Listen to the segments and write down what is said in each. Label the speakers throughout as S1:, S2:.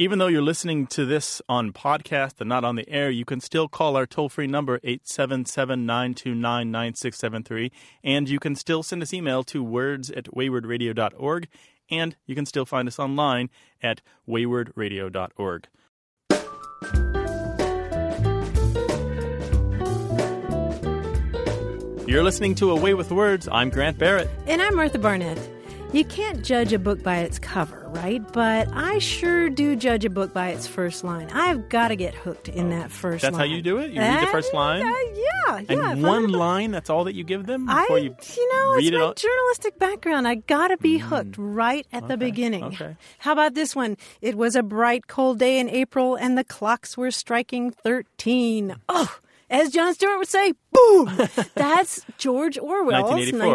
S1: Even though you're listening to this on podcast and not on the air, you can still call our toll free number, 877 929 9673. And you can still send us email to words at waywardradio.org. And you can still find us online at waywardradio.org. You're listening to Away with Words. I'm Grant Barrett.
S2: And I'm Martha Barnett. You can't judge a book by its cover, right? But I sure do judge a book by its first line. I've got to get hooked in that first
S1: Oh. That's
S2: line.
S1: how you do it? You read the
S2: Uh,
S1: first line?
S2: uh, yeah,
S1: And
S2: yeah. if
S1: one
S2: I,
S1: line, that's all that you give them
S2: I,
S1: before you,
S2: you, know,
S1: read
S2: it's
S1: it
S2: my
S1: all? Hmm.
S2: journalistic background. I got to be hooked right at the beginning.
S1: okay.
S2: How about this one? It was a bright, cold day in April, and the clocks were striking 13. Oh, as John Stewart would say, boom! That's George Orwell's
S1: 1984.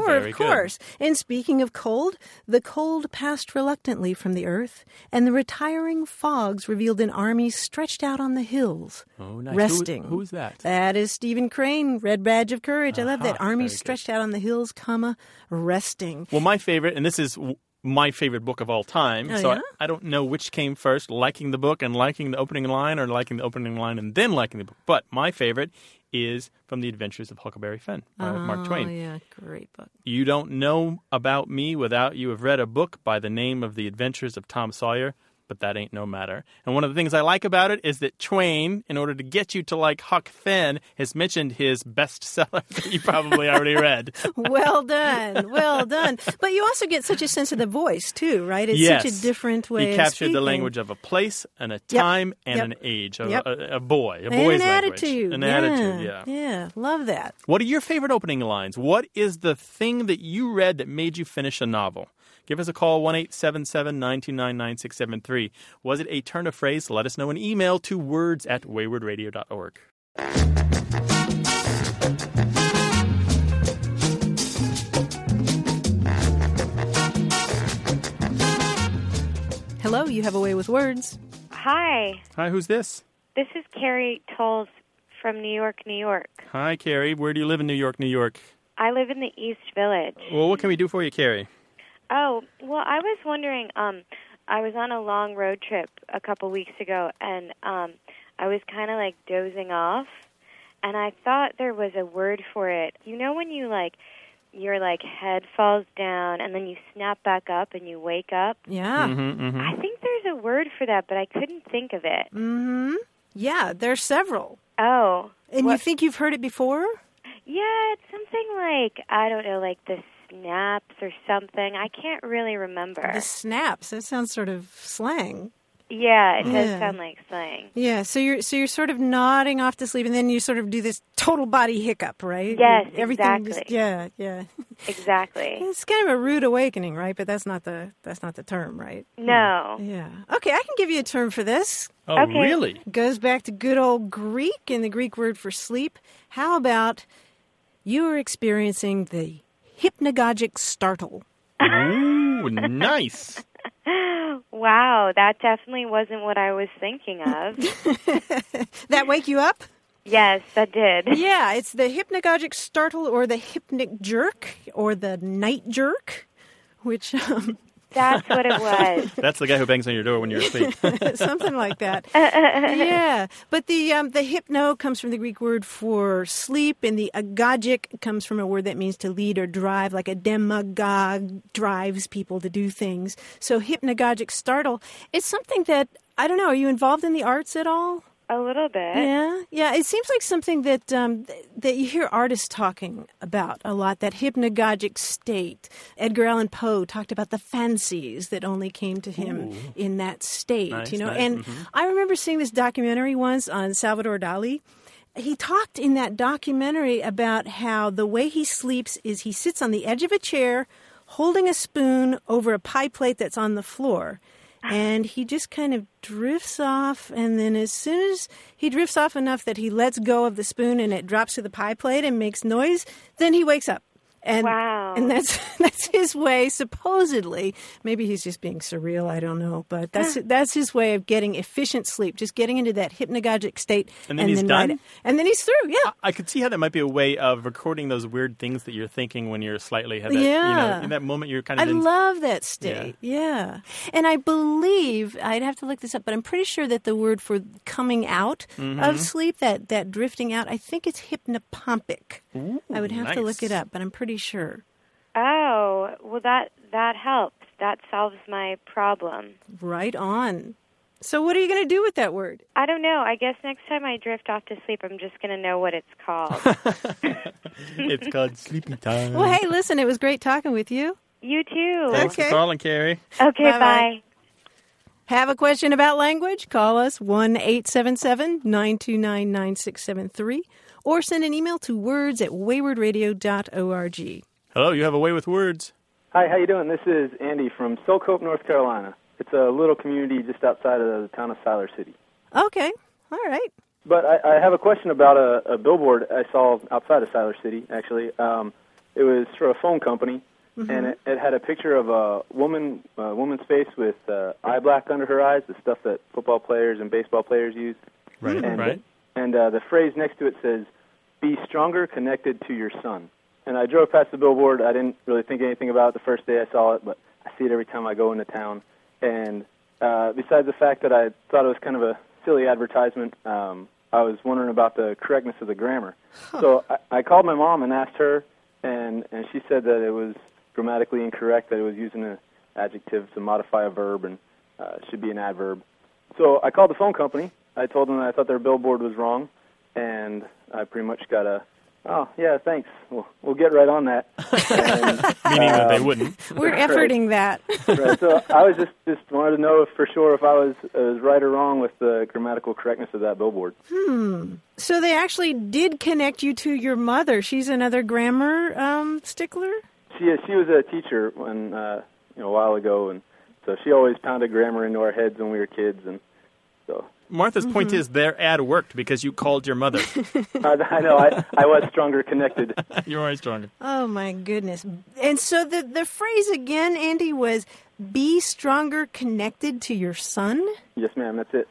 S2: 1984,
S1: Mm, very
S2: of
S1: good.
S2: course. And speaking of cold, the cold passed reluctantly from the earth, and the retiring fogs revealed an army stretched out on the hills,
S1: Oh, nice. Who-
S2: resting.
S1: who is that?
S2: That is Stephen Crane, Red Badge of Courage. I love
S1: Aha,
S2: that. Army
S1: Uh-huh. very good.
S2: stretched out on the hills, comma, resting.
S1: Well, my favorite, and this is w- my favorite book of all time.
S2: Oh,
S1: so
S2: yeah?
S1: I, I don't know which came first, liking the book and liking the opening line, or liking the opening line and then liking the book. But my favorite is from The Adventures of Huckleberry Finn by Mark Twain.
S2: Oh, yeah, great book.
S1: You don't know about me without you have read a book by the name of The Adventures of Tom Sawyer, but that ain't no matter. And one of the things I like about it is that Twain, in order to get you to like Huck Finn, has mentioned his bestseller that you probably already read.
S2: Well done, well done. But you also get such a sense of the voice too, right? It's
S1: yes.
S2: such a different way.
S1: He
S2: of
S1: captured the
S2: speaking.
S1: language of a place and a time and
S2: Yep.
S1: an age, a,
S2: Yep.
S1: a, a boy, a
S2: and
S1: boy's
S2: an
S1: language.
S2: attitude.
S1: An
S2: yeah.
S1: attitude, yeah.
S2: Yeah, love that.
S1: What are your favorite opening lines? What is the thing that you read that made you finish a novel? Give us a call, 1 877 929 9673. Was it a turn of phrase? Let us know an email to words at waywardradio.org.
S2: Hello, you have a way with words.
S3: Hi,
S1: Hi, who's this?
S3: this is Carrie Tolles from New York, New York.
S1: Hi, Carrie. Where do you live in New York, New York?
S3: I live in the East Village.
S1: Well, what can we do for you, Carrie?
S3: Oh, well, I was wondering. Um, I was on a long road trip a couple weeks ago, and um, I was kind of like dozing off, and I thought there was a word for it. You know when you like your like head falls down and then you snap back up and you wake up.
S2: Yeah.
S3: I think there's a word for that, but I couldn't think of it.
S2: Mm-hmm. Yeah, there's several.
S3: Oh,
S2: And you think you've heard it before?
S3: Yeah, it's something like I don't know, like the snaps or something. I can't really remember.
S2: The snaps. That sounds sort of slang.
S3: yeah, it
S2: Yeah.
S3: does sound like slang.
S2: Yeah, so you're so you're sort of nodding off to sleep and then you sort of do this total body hiccup, right?
S3: Yes,
S2: Everything just-
S3: exactly.
S2: yeah, yeah.
S3: Exactly.
S2: It's kind of a rude awakening, right? But that's not the that's not the term, right? Hmm.
S3: No.
S2: Yeah. Okay, I can give you a term for this.
S1: Oh,
S3: Okay.
S1: really?
S2: goes back to good old Greek and the Greek word for sleep. How about you are experiencing the hypnagogic startle?
S1: Ooh, nice.
S3: Wow, that definitely wasn't what I was thinking of.
S2: That wake you up?
S3: yes, that did.
S2: Yeah, it's the hypnagogic startle or the hypnic jerk or the night jerk, which um,
S3: That's what it was.
S1: That's the guy who bangs on your door when you're asleep.
S2: something like that. yeah, but the um, the hypno comes from the Greek word for sleep, and the agogic comes from a word that means to lead or drive, like a demagogue drives people to do things. So hypnagogic startle. It's something that I don't know. Are you involved in the arts at all?
S3: A little bit.
S2: Yeah, yeah. It seems like something that um, th- that you hear artists talking about a lot. That hypnagogic state. Edgar Allan Poe talked about the fancies that only came to him in that state.
S1: Nice,
S2: you know,
S1: nice, Mm-hmm.
S2: and I remember seeing this documentary once on Salvador Dali. He talked in that documentary about how the way he sleeps is he sits on the edge of a chair, holding a spoon over a pie plate that's on the floor. and he just kind of drifts off. And then, as soon as he drifts off enough that he lets go of the spoon and it drops to the pie plate and makes noise, then he wakes up. And,
S3: Wow.
S2: and that's that's his way, supposedly. Maybe he's just being surreal. I don't know, but that's that's his way of getting efficient sleep, just getting into that hypnagogic state,
S1: And then he's
S2: right-
S1: done?
S2: and then he's through. Yeah,
S1: I could see how that might be a way of recording those weird things that you're thinking when you're slightly had that, you
S2: Yeah.
S1: know, in that moment you're kind
S2: I
S1: of in,
S2: love that state. Yeah. And I believe I'd have to look this up, but I'm pretty sure that the word for coming out
S1: Mm-hmm.
S2: of sleep, that that drifting out, I think it's hypnopompic. I would have to look
S1: nice.
S2: it up, but I'm pretty sure.
S3: Oh, well that that helps. That solves my problem.
S2: Right on. So what are you going to do with that word?
S3: I don't know. I guess next time I drift off to sleep, I'm just going to know what it's called.
S1: it's called sleepy time.
S2: Well, hey, listen, it was great talking with you.
S3: you too.
S1: Thanks
S2: Okay.
S1: for calling, Carrie.
S3: Okay,
S2: Bye-bye.
S3: bye.
S2: Have a question about language? Call us 1 877 929 9673 or send an email to words at waywardradio.org.
S1: Hello, you have a way with words.
S4: Hi, how you doing? This is Andy from Silcope, North Carolina. It's a little community just outside of the town of Siler City.
S2: Okay, all right.
S4: But I, I have a question about a, a billboard I saw outside of Siler City, actually. Um, it was for a phone company,
S2: Mm-hmm.
S4: and it, it had a picture of a woman, a woman's face with uh, eye black under her eyes, the stuff that football players and baseball players use.
S1: Right,
S4: And,
S1: right.
S4: And uh, the phrase next to it says, "Be stronger, connected to your son." And I drove past the billboard. I didn't really think anything about it the first day I saw it, but I see it every time I go into town. And uh, besides the fact that I thought it was kind of a silly advertisement, um, I was wondering about the correctness of the grammar. So I, I called my mom and asked her, and and she said that it was grammatically incorrect that it was using an adjective to modify a verb and uh, should be an adverb. So I called the phone company. I told them that I thought their billboard was wrong, and I pretty much got a, oh yeah, thanks. We'll, we'll get right on that. And, um,
S1: Meaning that they wouldn't.
S2: We're efforting that.
S4: right, so I was just just wanted to know if, for sure if I was I was right or wrong with the grammatical correctness of that billboard.
S2: Hmm. So they actually did connect you to your mother. She's another grammar um, stickler.
S4: She is, she was a teacher when uh, you know a while ago, and so she always pounded grammar into our heads when we were kids, and so
S1: Martha's point
S2: Mm-hmm.
S1: is their ad worked because you called your mother.
S4: I, I know I I was stronger connected.
S1: You're always stronger.
S2: Oh my goodness! And so the the phrase again, Andy, was "be stronger, connected to your son."
S4: Yes, ma'am. That's it.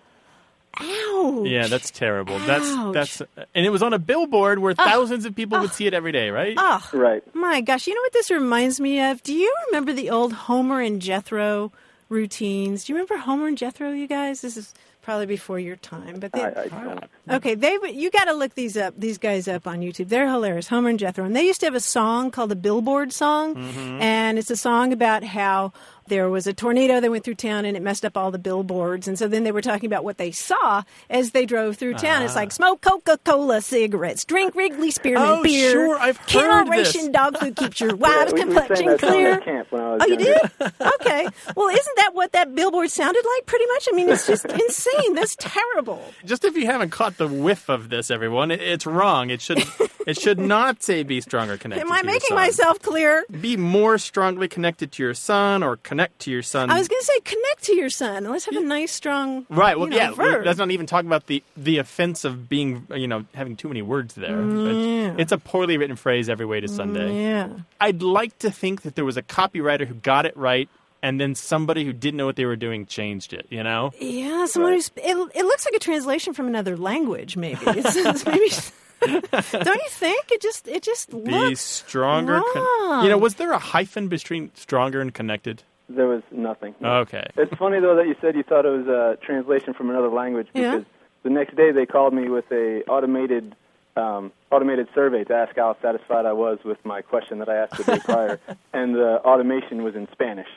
S2: Ow!
S1: Yeah, that's terrible.
S2: Ouch. Ah.
S1: That's that's and it was on a billboard where thousands of people would see it every day, right?
S2: Oh
S4: Right.
S2: my gosh! You know what this reminds me of? Do you remember the old Homer and Jethro routines? Do you remember Homer and Jethro? You guys, this is probably before your time, but they,
S4: I, I don't.
S2: Okay, they would- you got to look these up. These guys up on YouTube. They're hilarious. Homer and Jethro, and they used to have a song called the Billboard Song, and it's a song about how there was a tornado that went through town and it messed up all the billboards. And so then they were talking about what they saw as they drove through town. It's like smoke Coca Cola cigarettes, drink Wrigley Spearmint
S1: Oh,
S2: beer,
S1: sure, I've
S2: kill
S1: heard this.
S2: ration dog food keeps your wives
S4: we- we sang
S2: complexion
S4: that song
S2: clear.
S4: at camp when I was
S2: oh, you
S4: younger.
S2: did? okay. Well, isn't that what that billboard sounded like? Pretty much. I mean, it's just insane. That's terrible.
S1: Just if you haven't caught the whiff of this, everyone, it, it's wrong. It should it should not say be stronger connected.
S2: Am
S1: to
S2: I
S1: your
S2: making
S1: son.
S2: myself clear?
S1: be more strongly connected to your son or connect to your son?
S2: I was going to say connect to your son. Let's have a nice, strong
S1: Um, Right.
S2: you
S1: Well,
S2: know,
S1: yeah.
S2: verb.
S1: Let's not even talk about the the offense of being, you know, having too many words there. It's, it's a poorly written phrase. Every way to Sunday.
S2: yeah.
S1: I'd like to think that there was a copywriter who got it right, and then somebody who didn't know what they were doing changed it. You know.
S2: Yeah, someone who's it, it looks like a translation from another language. Maybe it's, it's maybe. Don't you think it just it just
S1: Be
S2: looks
S1: stronger.
S2: wrong.
S1: you know, was there a hyphen between stronger and connected?
S4: There was nothing.
S1: Okay.
S4: It's funny though that you said you thought it was a translation from another language
S2: Yeah.
S4: because the next day they called me with a automated um, automated survey to ask how satisfied I was with my question that I asked the day prior, and the automation was in Spanish.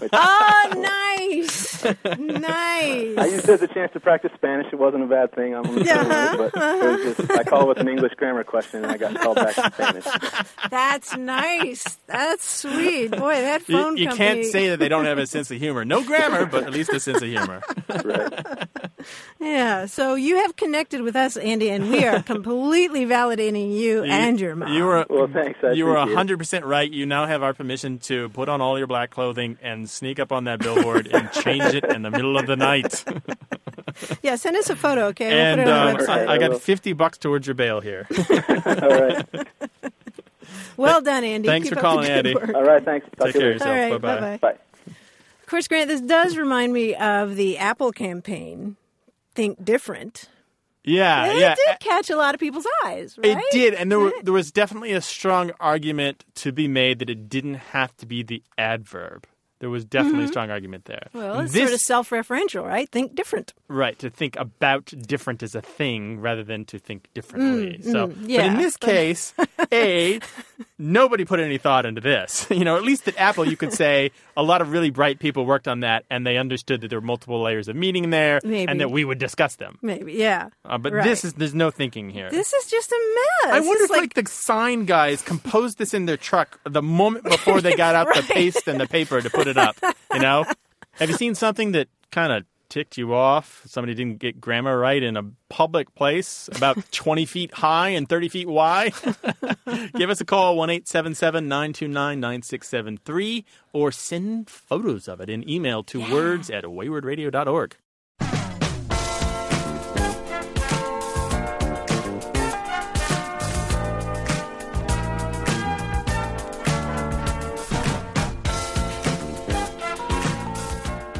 S4: Which
S2: oh nice,
S4: I
S2: nice.
S4: used it as a chance to practice Spanish. It wasn't a bad thing. I'm gonna say
S2: Uh-huh,
S4: it, but it was just I called with an English grammar question and I got called back in Spanish.
S2: That's nice. That's sweet. Boy, that
S1: You-
S2: phone
S1: you
S2: company.
S1: can't say that they don't have a sense of humor. No grammar, but at least a sense of humor.
S4: Right.
S2: Yeah. So you have connected with us, Andy, and we are completely validating you, and your mom.
S1: You were
S4: Well, thanks. I
S1: you were
S4: appreciate it.
S1: 100% right. You now have our permission to put on all your black clothing and sneak up on that billboard and change it in the middle of the night.
S2: yeah, send us a photo, okay?
S1: and
S2: we'll put it on
S1: uh,
S2: the website.
S1: I, I
S4: I will.
S1: got 50 bucks towards your bail here.
S4: All right.
S2: well done, Andy.
S1: uh, thanks
S2: Keep
S1: for
S2: up the
S1: calling,
S2: good
S1: Andy.
S2: work.
S4: All right. Thanks. Talk
S1: Take
S4: to you
S1: care of
S4: later.
S1: yourself.
S2: All right,
S1: Bye-bye.
S2: bye-bye.
S4: Bye.
S2: Of course, Grant, this does remind me of the Apple campaign, Think Different.
S1: Yeah,
S2: It
S1: yeah.
S2: did catch a lot of people's eyes, right?
S1: It did, and there were, there was definitely a strong argument to be made that it didn't have to be the adverb. There was definitely a strong argument there.
S2: Mm-hmm. Well, it's
S1: this
S2: sort of self-referential, right? Think different.
S1: right to think about different as a thing rather than to think differently. so, but
S2: Mm, yeah,
S1: in this case, a nobody put any thought into this. You know, at least at Apple, you could say a lot of really bright people worked on that, and they understood that there were multiple layers of meaning there,
S2: Maybe.
S1: and that we would discuss them.
S2: Maybe, yeah.
S1: Uh, but
S2: Right.
S1: this is there's no thinking here.
S2: This is just a mess.
S1: I wonder
S2: It's
S1: if like, the sign guys composed this in their truck the moment before they got out the paste and the paper to put it up. You know, have you seen something that kind of ticked you off? Somebody didn't get grammar right in a public place, about twenty feet high and thirty feet wide. Give us a call one eight seven seven nine two nine nine six seven three, or send photos of it in email to words at waywardradio.org.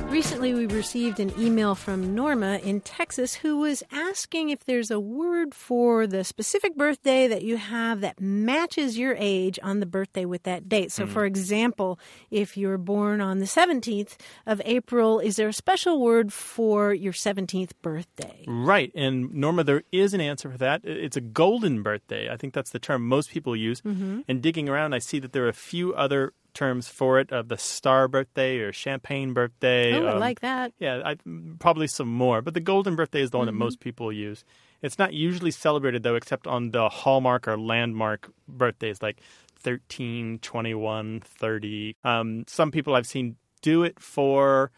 S2: Recently, we received an email from Norma in Texas who was asking if there's a word for the specific birthday that you have that matches your age on the birthday with that date. So, for example, if you're born on the 17th of April, is there a special word for your 17th birthday?
S1: Right. And Norma, there is an answer for that. I- It's a golden birthday. I think that's the term most people use.
S2: Mm-hmm.
S1: And digging around, I see that there are a few other terms for it of the star birthday or champagne birthday.
S2: Oh, I
S1: um,
S2: like that.
S1: Yeah, I, probably some more. But the golden birthday is the one that most people use. It's not usually celebrated, though, except on the hallmark or landmark birthdays like 13, 21, 30. Um, some people I've seen do it for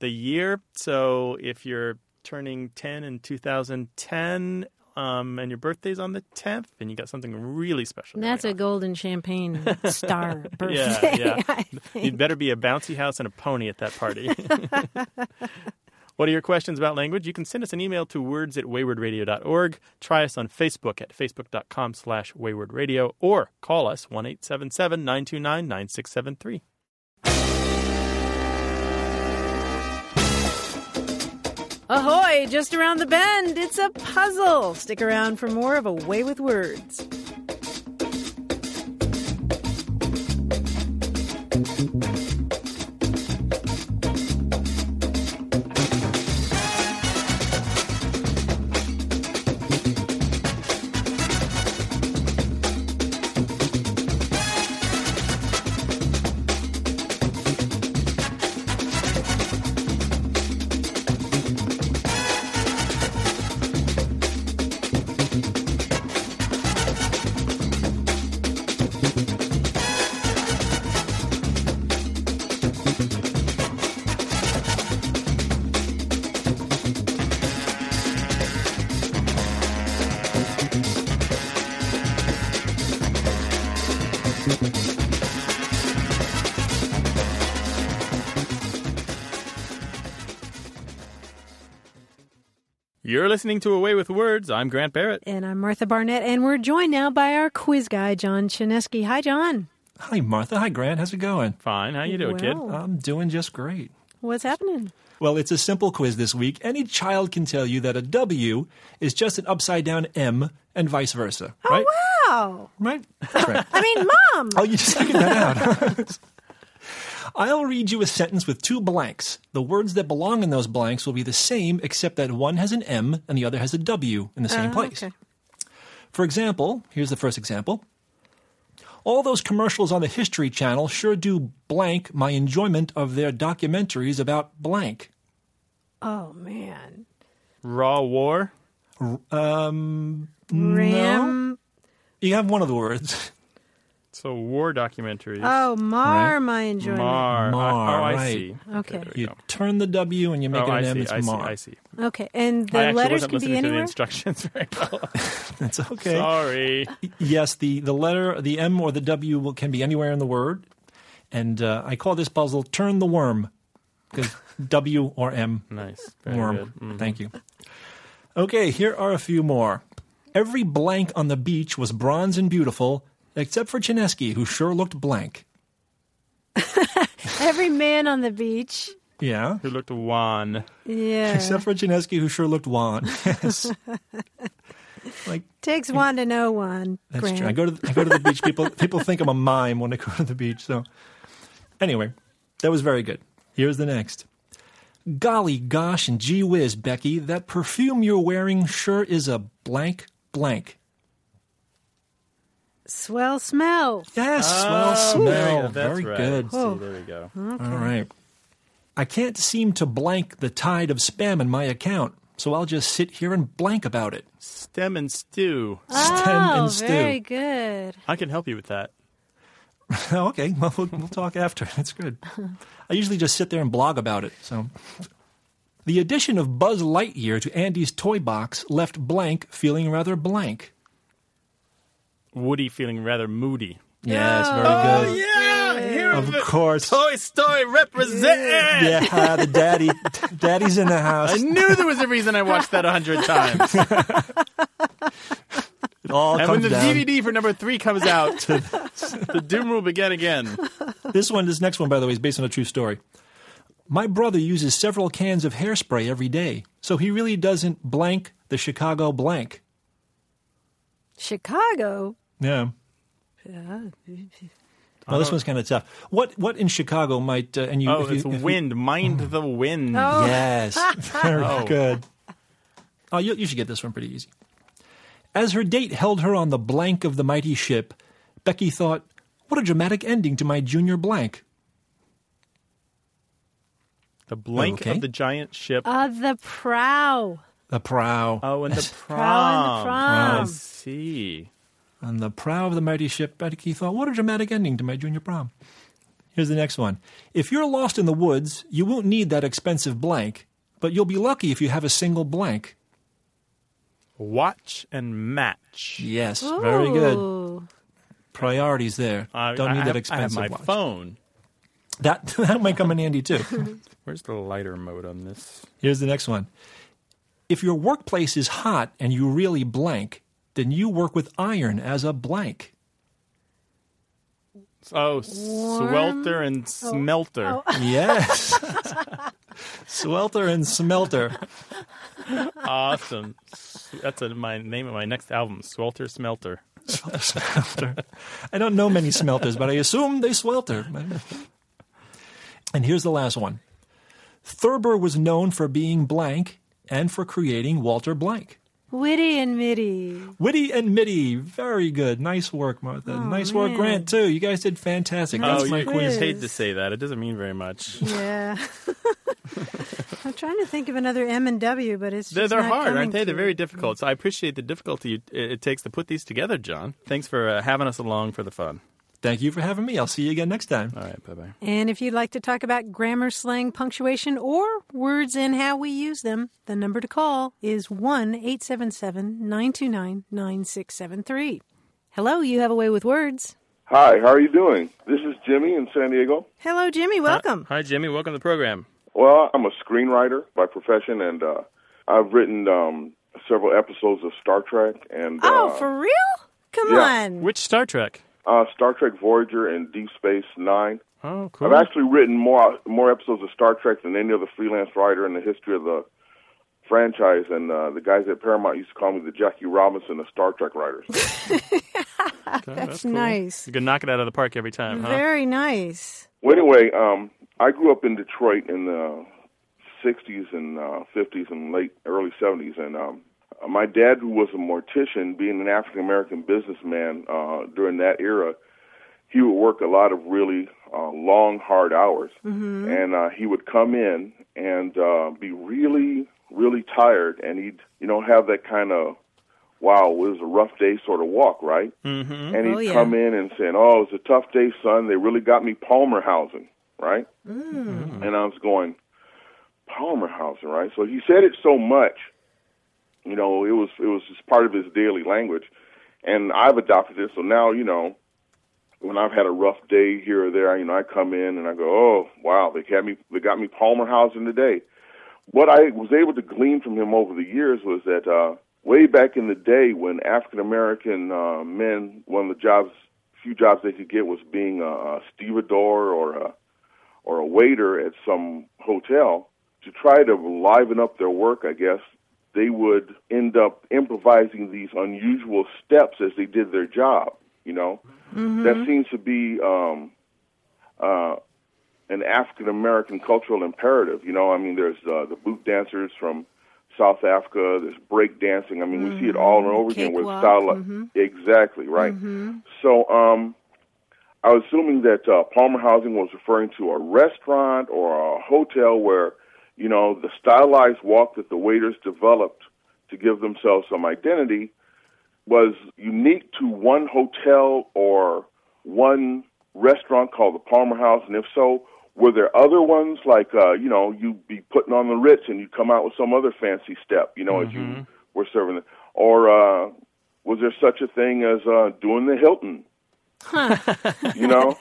S1: the year. So if you're turning 10 in 2010 um, and your birthday's on the 10th, then you got something really special.
S2: That's a
S1: going
S2: golden champagne star birthday.
S1: yeah.
S2: I
S1: on.
S2: think.
S1: You'd better be a bouncy house and a pony at that party. What are your questions about language? You can send us an email to words at waywardradio.org. Try us on Facebook at facebook.com slash waywardradio or call us 1 877 929 9673.
S2: Ahoy, just around the bend, it's a puzzle. Stick around for more of Away with Words.
S1: You're listening to Away with Words. I'm Grant Barrett.
S2: And I'm Martha Barnett, and we're joined now by our quiz guy, John Chinesky. Hi, John.
S5: Hi, Martha. Hi, Grant. How's it going?
S1: Fine. How you doing, kid?
S2: Well,
S5: I'm doing just great.
S2: What's happening?
S5: Well, it's a simple quiz this week. Any child can tell you that a W is just an upside down M and vice versa.
S2: Oh.
S5: Right?
S2: Wow.
S5: Right? That's right.
S2: I mean, Mom.
S5: Oh, you just figured that out. I'll read you a sentence with two blanks. The words that belong in those blanks will be the same, except that one has an M and the other has a W in the same
S2: Oh.
S5: place.
S2: okay.
S5: For example, here's the first example. All those commercials on the History Channel sure do blank my enjoyment of their documentaries about blank.
S2: Oh, man.
S1: Raw War.
S5: Um,
S2: Ram.
S5: you have one of the words.
S1: So war documentaries.
S2: Oh, mar my enjoyment.
S1: Mar.
S5: Mar,
S1: oh, I
S5: right.
S1: see.
S2: Okay.
S1: there we
S5: You
S1: go.
S5: turn the W and you make
S1: Oh,
S5: it
S1: I
S5: an M.
S1: see.
S5: It's
S1: I see.
S5: Mar.
S1: I see.
S2: Okay, and the
S1: I actually
S2: letters
S1: wasn't
S2: can be
S1: listening to the
S2: anywhere.
S1: instructions very well.
S5: That's okay.
S1: Sorry.
S5: Yes, the, the letter, the M or the W will, can be anywhere in the word. And uh, I call this puzzle Turn the Worm because W or M,
S1: Nice. Very
S5: worm.
S1: good. Mm.
S5: Thank you. Okay, here are a few more. Every blank on the beach was bronze and beautiful, except for Chinesky, who sure looked blank.
S2: Every man on the beach.
S5: Yeah.
S1: Who looked wan?
S2: Yeah.
S5: Except for Chinesky, who sure looked wan. Yes. like,
S2: Takes one to know one.
S5: That's
S2: Grant.
S5: true. I go to the, I go to the beach. People people think I'm a mime when I go to the beach. So anyway, that was very good. Here's the next. Golly gosh and gee whiz, Becky, that perfume you're wearing sure is a blank blank.
S2: Swell smell.
S5: Yes,
S1: Oh.
S5: well smell.
S1: That's
S5: Very
S1: right.
S5: good.
S1: See, there we go.
S5: All right. I can't seem to blank the tide of spam in my account, so I'll just sit here and blank about it.
S1: Stem and stew.
S5: Stem
S2: oh,
S5: and stew.
S2: very good.
S1: I can help you with that.
S5: Oh, okay. Well, we'll, we'll talk after. That's good. I usually just sit there and blog about it. So, the addition of Buzz Lightyear to Andy's toy box left blank feeling rather blank.
S1: Woody feeling rather moody. Oh,
S5: Yes, very good.
S1: yeah, here
S5: Of course.
S1: Toy Story represent.
S5: Yeah, the daddy, daddy's in the
S1: I
S5: house.
S1: knew there was a reason I watched that a hundred times.
S5: It all
S1: and when
S5: comes
S1: the
S5: down.
S1: DVD for number three comes out, the doom will begin again.
S5: This one, this next one, by the way, is based on a true story. My brother uses several cans of hairspray every day, so he really doesn't blank the Chicago blank.
S2: Chicago. Uh,
S5: Yeah. Well, this one's kind of tough. What what in Chicago might uh, and you?
S1: Oh,
S5: if you-
S1: it's
S5: if you-
S1: wind. Mind the wind.
S2: Oh,
S5: Yes, very
S1: Oh.
S5: good. Oh, you, you should get this one pretty easy. As her date held her on the blank of the mighty ship, Becky thought, "What a dramatic ending to my junior blank."
S1: The blank
S5: Okay.
S1: of the giant ship.
S2: uh, the prow.
S5: The prow.
S1: oh, and the prom.
S2: Prow and the
S1: I
S2: prom.
S1: see.
S5: On the prow of the mighty ship, Becky thought, what a dramatic ending to my junior prom. Here's the next one. If you're lost in the woods, you won't need that expensive blank, but you'll be lucky if you have a single blank.
S1: Watch and match.
S5: Yes, very good.
S2: Ooh.
S5: Priorities there.
S1: I-
S5: Don't
S1: I
S5: need
S1: have-
S5: that expensive
S1: I have my
S5: watch.
S1: phone.
S5: That, that might come in handy too.
S1: Where's the lighter mode on this?
S5: Here's the next one. If your workplace is hot and you really blank, then you work with iron as a blank.
S1: Oh, swelter and
S5: Oh.
S1: smelter.
S5: Yes. Swelter and smelter.
S1: Awesome. S- That's a, my name of my next album, Swelter Smelter.
S5: smelter. I don't know many smelters, but I assume they swelter. And here's the last one. Thurber was known for being blank and for creating Walter Blank.
S2: Witty and Mitty.
S5: Witty and Mitty, very good. Nice work, Martha. nice work,
S2: man.
S5: Grant, too. You guys did fantastic.
S2: Nice
S5: That's my
S1: Oh, you
S2: quiz.
S1: hate to say that. It doesn't mean very much.
S2: Yeah. I'm trying to think of another M and W, but it's
S1: They're,
S2: just
S1: they're
S2: not
S1: hard,
S2: coming
S1: aren't they? They're
S2: to
S1: very
S2: it.
S1: difficult. So I appreciate the difficulty it, it takes to put these together, John. Thanks for uh, having us along for the fun.
S5: Thank you for having me. I'll see you again next time.
S1: All right, bye bye.
S2: And if you'd like to talk about grammar, slang, punctuation, or words and how we use them, the number to call is 1 877 929 9673. Hello, you have a way with words.
S6: Hi, how are you doing? This is Jimmy in San Diego.
S2: Hello, Jimmy. Welcome.
S1: Hi, Jimmy. Welcome to the program.
S6: Well, I'm a screenwriter by profession, and uh, I've written um, several episodes of Star Trek and
S2: oh,
S6: uh,
S2: for real? Come
S6: yeah.
S2: on.
S1: Which Star Trek?
S6: uh, Star Trek Voyager and Deep Space Nine.
S1: Oh,
S6: I've actually written more more episodes of Star Trek than any other freelance writer in the history of the franchise, and uh, the guys at Paramount used to call me the Jackie Robinson of Star Trek writers.
S1: Okay,
S2: That's,
S1: cool.
S2: nice.
S1: You can knock it out of the park every time, huh?
S2: Very nice.
S6: Well, anyway, um, I grew up in Detroit in the '60s and uh, '50s and late early '70s, and um, my dad, who was a mortician, being an African American businessman uh, during that era, he would work a lot of really uh, long, hard hours,
S2: Mm-hmm.
S4: Mm-hmm.
S6: and uh, he would come in and uh, be really, really tired, and he'd you know have that kind of wow, it was a rough day sort of walk, right? Mm-hmm. And he'd
S2: Oh, yeah.
S6: come in and saying, oh, it was a tough day, son. They really got me Palmer housing, right?
S2: Mm.
S6: And I was going, Palmer housing, right? So he said it so much, you know, it was it was just part of his daily language. And I've adopted it, so now, you know, when I've had a rough day here or there, you know, I come in and I go, "Oh, wow, they got me, they got me Palmer housing today." What I was able to glean from him over the years was that uh, way back in the day, when African American uh, men, one of the jobs, few jobs they could get was being a stevedore or a or a waiter at some hotel. To try to liven up their work, I guess they would end up improvising these unusual steps as they did their job. You know,
S7: Mm-hmm.
S6: that seems to be um, uh, an African American cultural imperative. You know, I mean, there's uh, the boot dancers from South Africa. There's break dancing. I mean, we see it all and over again with
S2: Cakewalk,
S6: style. Exactly right. So, um, I was assuming that uh, Palmer Housing was referring to a restaurant or a hotel where, you know, the stylized walk that the waiters developed to give themselves some identity was unique to one hotel or one restaurant called the Palmer House? And if so, were there other ones like uh, you know you'd be putting on the Ritz and you'd come out with some other fancy step, you know,
S2: Mm-hmm.
S6: as
S1: Mm-hmm.
S6: you were serving, it? or uh, was there such a thing as uh, doing the Hilton? you know,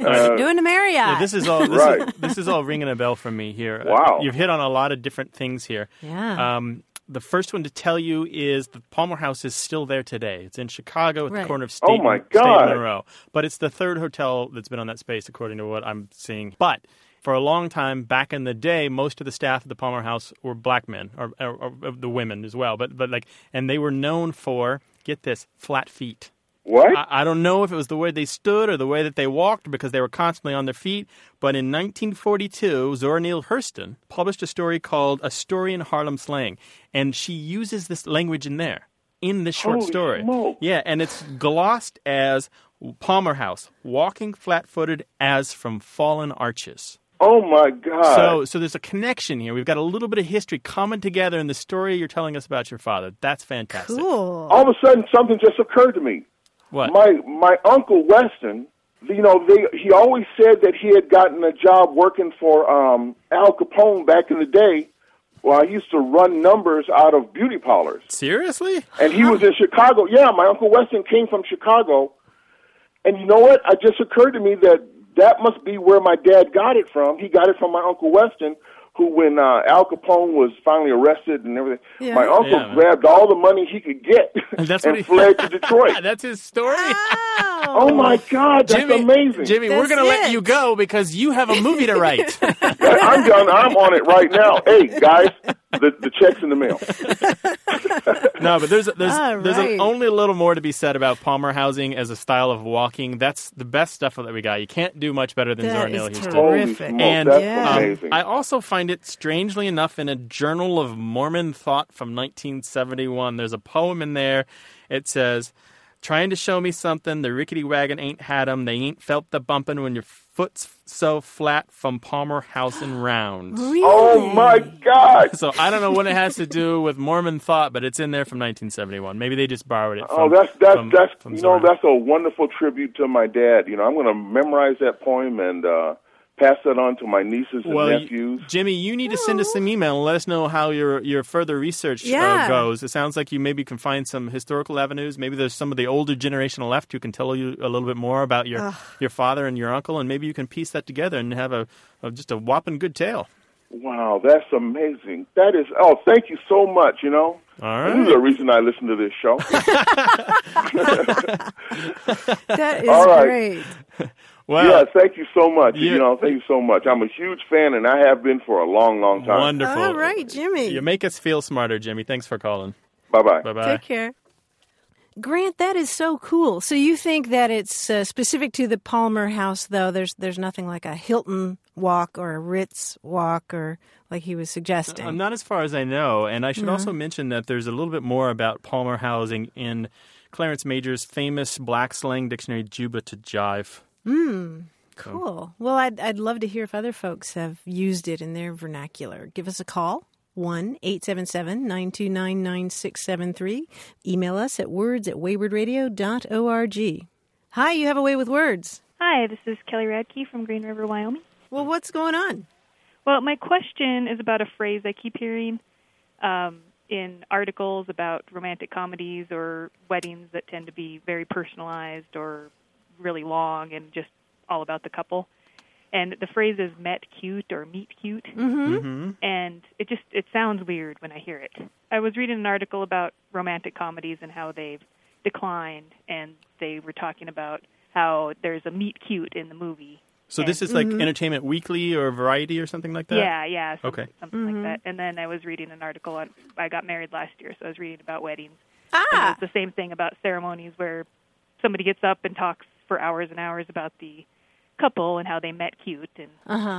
S6: Uh,
S2: Doing the Marriott.
S1: Yeah, this is all this, is,
S6: Right.
S1: this is all ringing a bell for me here. Uh,
S6: Wow.
S1: you've hit on a lot of different things here.
S2: Yeah.
S1: Um, the first one to tell you is the Palmer House is still there today. It's in Chicago at
S2: Right.
S1: the corner of State,
S6: Oh, my
S1: State
S6: God.
S1: and Monroe. But it's the third hotel that's been on that space, according to what I'm seeing. But for a long time back in the day, most of the staff at the Palmer House were black men, or, or, or the women as well. But but like, and they were known for get this flat feet.
S6: what?
S1: I, I don't know if it was the way they stood or the way that they walked because they were constantly on their feet. But in 1942, Zora Neale Hurston published a story called A Story in Harlem Slang. And she uses this language in there, in this short
S6: Holy
S1: story.
S6: smoke.
S1: Yeah, and it's glossed as Palmer House, walking flat footed as from fallen arches.
S6: oh my God!
S1: So, so there's a connection here. We've got a little bit of history coming together in the story you're telling us about your father. That's fantastic.
S2: cool.
S6: all of a sudden, something just occurred to me.
S1: What?
S6: My my uncle Weston, you know, they he always said that he had gotten a job working for um, Al Capone back in the day. Well, I used to run numbers out of beauty parlors,
S1: Seriously?
S6: and he was in Chicago. Yeah, my uncle Weston came from Chicago, and you know what? It just occurred to me that that must be where my dad got it from. He got it from my uncle Weston. Who, when uh, Al Capone was finally arrested and everything,
S2: Yeah.
S6: my uncle
S1: Yeah, man.
S6: grabbed all the money he could get
S1: That's
S6: and
S1: what he-
S6: fled to Detroit.
S1: That's his story?
S2: Wow.
S6: Oh my God, that's
S1: Jimmy,
S6: amazing!
S1: Jimmy, we're
S2: That's
S1: going to let
S2: it.
S1: you go because you have a movie to write.
S6: I'm done. I'm on it right now. Hey guys, the the check's in the mail.
S1: no, but there's there's
S2: All
S1: there's a-
S2: right.
S1: only a little more to be said about Palmer housing as a style of walking. That's the best stuff that we got. You can't do much better than
S2: That
S1: Zora
S2: is
S1: Neale Hurston.
S2: terrific.
S6: Holy
S2: Terrific.
S6: smoke,
S1: And
S6: that's
S2: Yeah.
S1: um,
S6: amazing.
S1: I also find it strangely enough in a Journal of Mormon Thought from 1971. There's a poem in there. It says, "Trying to show me something. The rickety wagon ain't had 'em. They ain't felt the bumpin' when your foot's so flat from Palmer House and round."
S2: Really?
S6: oh my God!
S1: So I don't know what it has to do with Mormon thought, but it's in there from 1971. Maybe they just borrowed it. From,
S6: Oh, that's that's
S1: from-
S6: that's
S1: from
S6: you know
S1: Zora.
S6: that's a wonderful tribute to my dad. You know, I'm going to memorize that poem and uh, pass that on to my nieces and
S1: well, you-
S6: nephews.
S1: Jimmy, you need to send us an email and let us know how your your further research uh,
S2: Yeah.
S1: goes. It sounds like you maybe can find some historical avenues. Maybe there's some of the older generation left who can tell you a little bit more about your your father and your uncle, and maybe you can piece that together and have a, a just a whopping good tale.
S6: wow, that's amazing. That is. Oh, thank you so much. You know,
S1: All
S6: this is
S1: right.
S6: the reason I listen to this show.
S2: That is
S6: All right.
S2: great.
S1: Well,
S6: yeah, thank you so much.
S1: you-
S6: you know, thank you so much. I'm a huge fan, and I have been for a long, long time.
S1: wonderful.
S2: All right, Jimmy.
S1: You make us feel smarter, Jimmy. Thanks for calling.
S6: Bye bye.
S1: Bye bye.
S2: Take care. Grant, that is so cool. So you think that it's uh, specific to the Palmer House, though? There's there's nothing like a Hilton walk or a Ritz walk, or like he was suggesting.
S1: Uh, not as far as I know. And I should also mention that there's a little bit more about Palmer housing in Clarence Major's famous black slang dictionary, Juba to Jive.
S2: Hmm. Cool. Well, I'd, I'd love to hear if other folks have used it in their vernacular. Give us a call 1 877 929 9673. Email us at words at waywardradio.org. Hi, you have a way with words.
S8: Hi, this is Kelly Radke from Green River, Wyoming.
S2: Well, what's going on?
S8: Well, my question is about a phrase I keep hearing um, in articles about romantic comedies or weddings that tend to be very personalized or really long and just all about the couple. And the phrase is "met cute" or "meet cute,"
S2: Mm-hmm.
S1: Mm-hmm.
S8: and it just it sounds weird when I hear it. I was reading an article about romantic comedies and how they've declined, and they were talking about how there's a "meet cute" in the movie,
S1: So this is like
S2: Mm-hmm.
S1: Entertainment Weekly or Variety or something like that.
S8: yeah, yeah. Something,
S1: Okay.
S8: Something like that. And then I was reading an article on I got married last year, so I was reading about weddings.
S2: Ah,
S8: And it's the same thing about ceremonies where somebody gets up and talks for hours and hours about the couple and how they met cute and
S2: Uh-huh.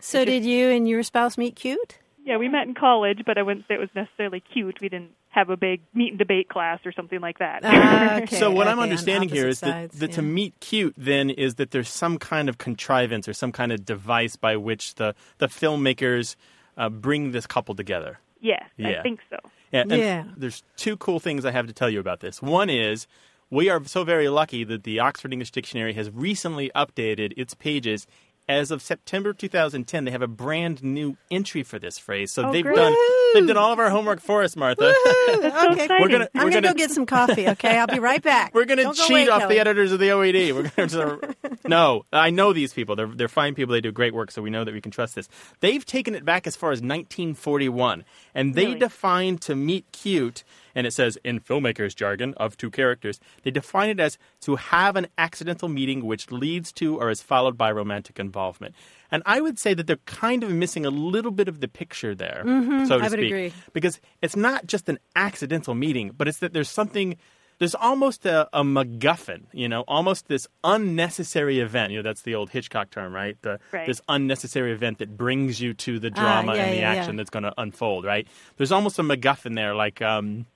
S2: so did you and your spouse meet cute?
S8: yeah, we met in college, but I wouldn't say it was necessarily cute. We didn't have a big meet and debate class or something like that.
S2: Ah, okay,
S1: So what
S2: okay,
S1: I'm
S2: on
S1: understanding here
S2: opposite
S1: is
S2: sides,
S1: that, that
S2: yeah.
S1: to meet cute then is that there's some kind of contrivance or some kind of device by which the the filmmakers uh, bring this couple together.
S8: yes,
S1: Yeah.
S8: I think so.
S1: Yeah, and
S2: Yeah.
S1: There's two cool things I have to tell you about this. One is we are so very lucky that the Oxford English Dictionary has recently updated its pages. As of September 2010, they have a brand new entry for this phrase. So they've
S8: great.
S1: done they've done all of our homework for us, Martha.
S2: Okay,
S8: exciting.
S1: We're gonna-
S2: I'm
S1: we're
S2: going to go
S1: gonna-
S2: get some coffee, okay? I'll be right back.
S1: We're gonna
S2: Don't go
S1: cheat
S2: away,
S1: off
S2: Kelly.
S1: the editors of the OED. We're gonna just- no. I know these people. They're they're fine people. They do great work, so we know that we can trust this. They've taken it back as far as 1941, and they
S8: Really?
S1: defined to meet cute, and it says in filmmakers' jargon of two characters, they define it as to have an accidental meeting which leads to or is followed by romantic involvement. And I would say that they're kind of missing a little bit of the picture there, so to
S2: Mm-hmm. I would
S1: speak
S2: agree.
S1: because it's not just an accidental meeting, but it's that there's something. There's almost a, a MacGuffin, you know, almost this unnecessary event. You know, that's the old Hitchcock term, right? The,
S8: Right.
S1: This unnecessary event that brings you to the
S2: Ah,
S1: drama
S2: yeah,
S1: and the
S2: yeah, yeah.
S1: action that's going to unfold, right? There's almost a MacGuffin there, like um,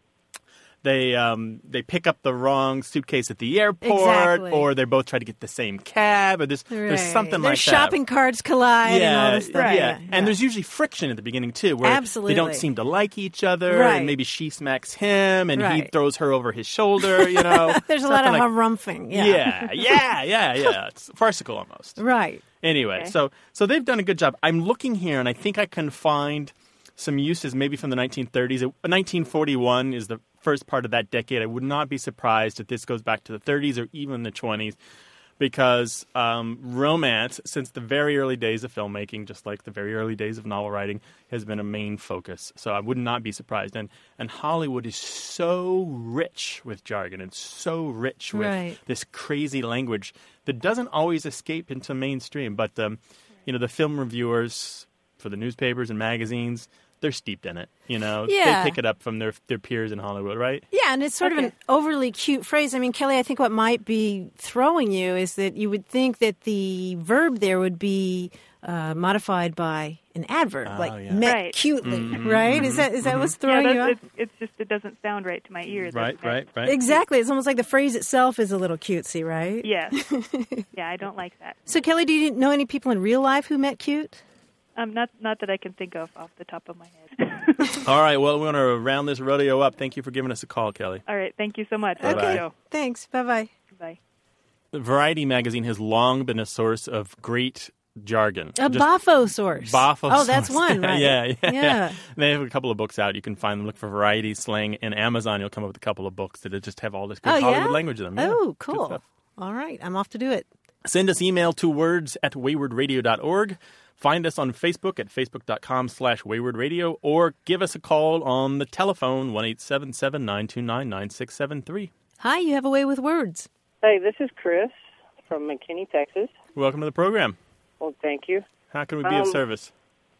S1: they um, they pick up the wrong suitcase at the airport,
S2: Exactly.
S1: or they both try to get the same cab, or there's
S2: Right.
S1: there's something
S2: Their
S1: like that
S2: shopping cards collide and all this stuff.
S1: yeah.
S2: Yeah, yeah.
S1: And there's usually friction at the beginning too, where
S2: Absolutely.
S1: they don't seem to like each other,
S2: Right.
S1: and maybe she smacks him, and he
S2: Right.
S1: throws her over his shoulder. You know,
S2: There's a lot of
S1: Something like,
S2: harumphing. Yeah.
S1: yeah, yeah, yeah, yeah. It's farcical almost.
S2: Right.
S1: Anyway, so so they've done a good job. I'm looking here, and I think I can find some uses maybe from the 1930s. Uh, 1941 is the first part of that decade. I would not be surprised if this goes back to the 30s or even the 20s, because um, romance, since the very early days of filmmaking, just like the very early days of novel writing, has been a main focus. So I would not be surprised. And and Hollywood is so rich with jargon and so rich with
S2: Right.
S1: this crazy language that doesn't always escape into mainstream. But um, you know, the film reviewers for the newspapers and magazines, they're steeped in it. You know,
S2: Yeah.
S1: they pick it up from their their peers in Hollywood, right?
S2: Yeah, and it's sort of an overly cute phrase. I mean, Kelly, I think what might be throwing you is that you would think that the verb there would be uh, modified by an adverb, like
S1: Oh, yeah. Mm-hmm.
S2: met
S8: Right.
S2: cutely, right? Is that is that what's
S8: Yeah,
S2: throwing you
S8: that's,
S2: off?
S8: it's, it's just it doesn't sound right to my ears.
S1: Right,
S8: That's my-
S1: right, right.
S2: Exactly. It's almost like the phrase itself is a little cutesy, right?
S8: Yes. yeah, I don't like that.
S2: So, Kelly, do you know any people in real life who met cute?
S8: Um, not not that I can think of off the top of my head.
S1: All right. Well, we want to round this rodeo up. Thank you for giving us a call, Kelly.
S8: All right, thank you so much.
S1: Okay.
S8: Let's go.
S2: Thanks. Bye bye.
S8: Bye.
S1: Variety magazine has long been a source of great jargon.
S2: A
S1: Just-
S2: boffo source.
S1: Boffo
S2: Oh, that's
S1: source.
S2: one, right?
S1: yeah, yeah,
S2: Yeah.
S1: They have a couple of books out. You can find them. Look for Variety Slang in Amazon. You'll come up with a couple of books that just have all this great
S2: Oh,
S1: Hollywood
S2: yeah?
S1: language in them. Yeah,
S2: Oh,
S1: good
S2: cool.
S1: stuff.
S2: All right. I'm off to do it.
S1: Send us email to words at waywardradio.org. Find us on Facebook at facebook.com slash waywardradio or give us a call on the telephone, 1-877-929-9673.
S2: Hi, you have a way with words.
S9: Hey, this is Chris from McKinney, Texas.
S1: Welcome to the program.
S9: Well, thank you.
S1: How can we be
S9: Um,
S1: of service?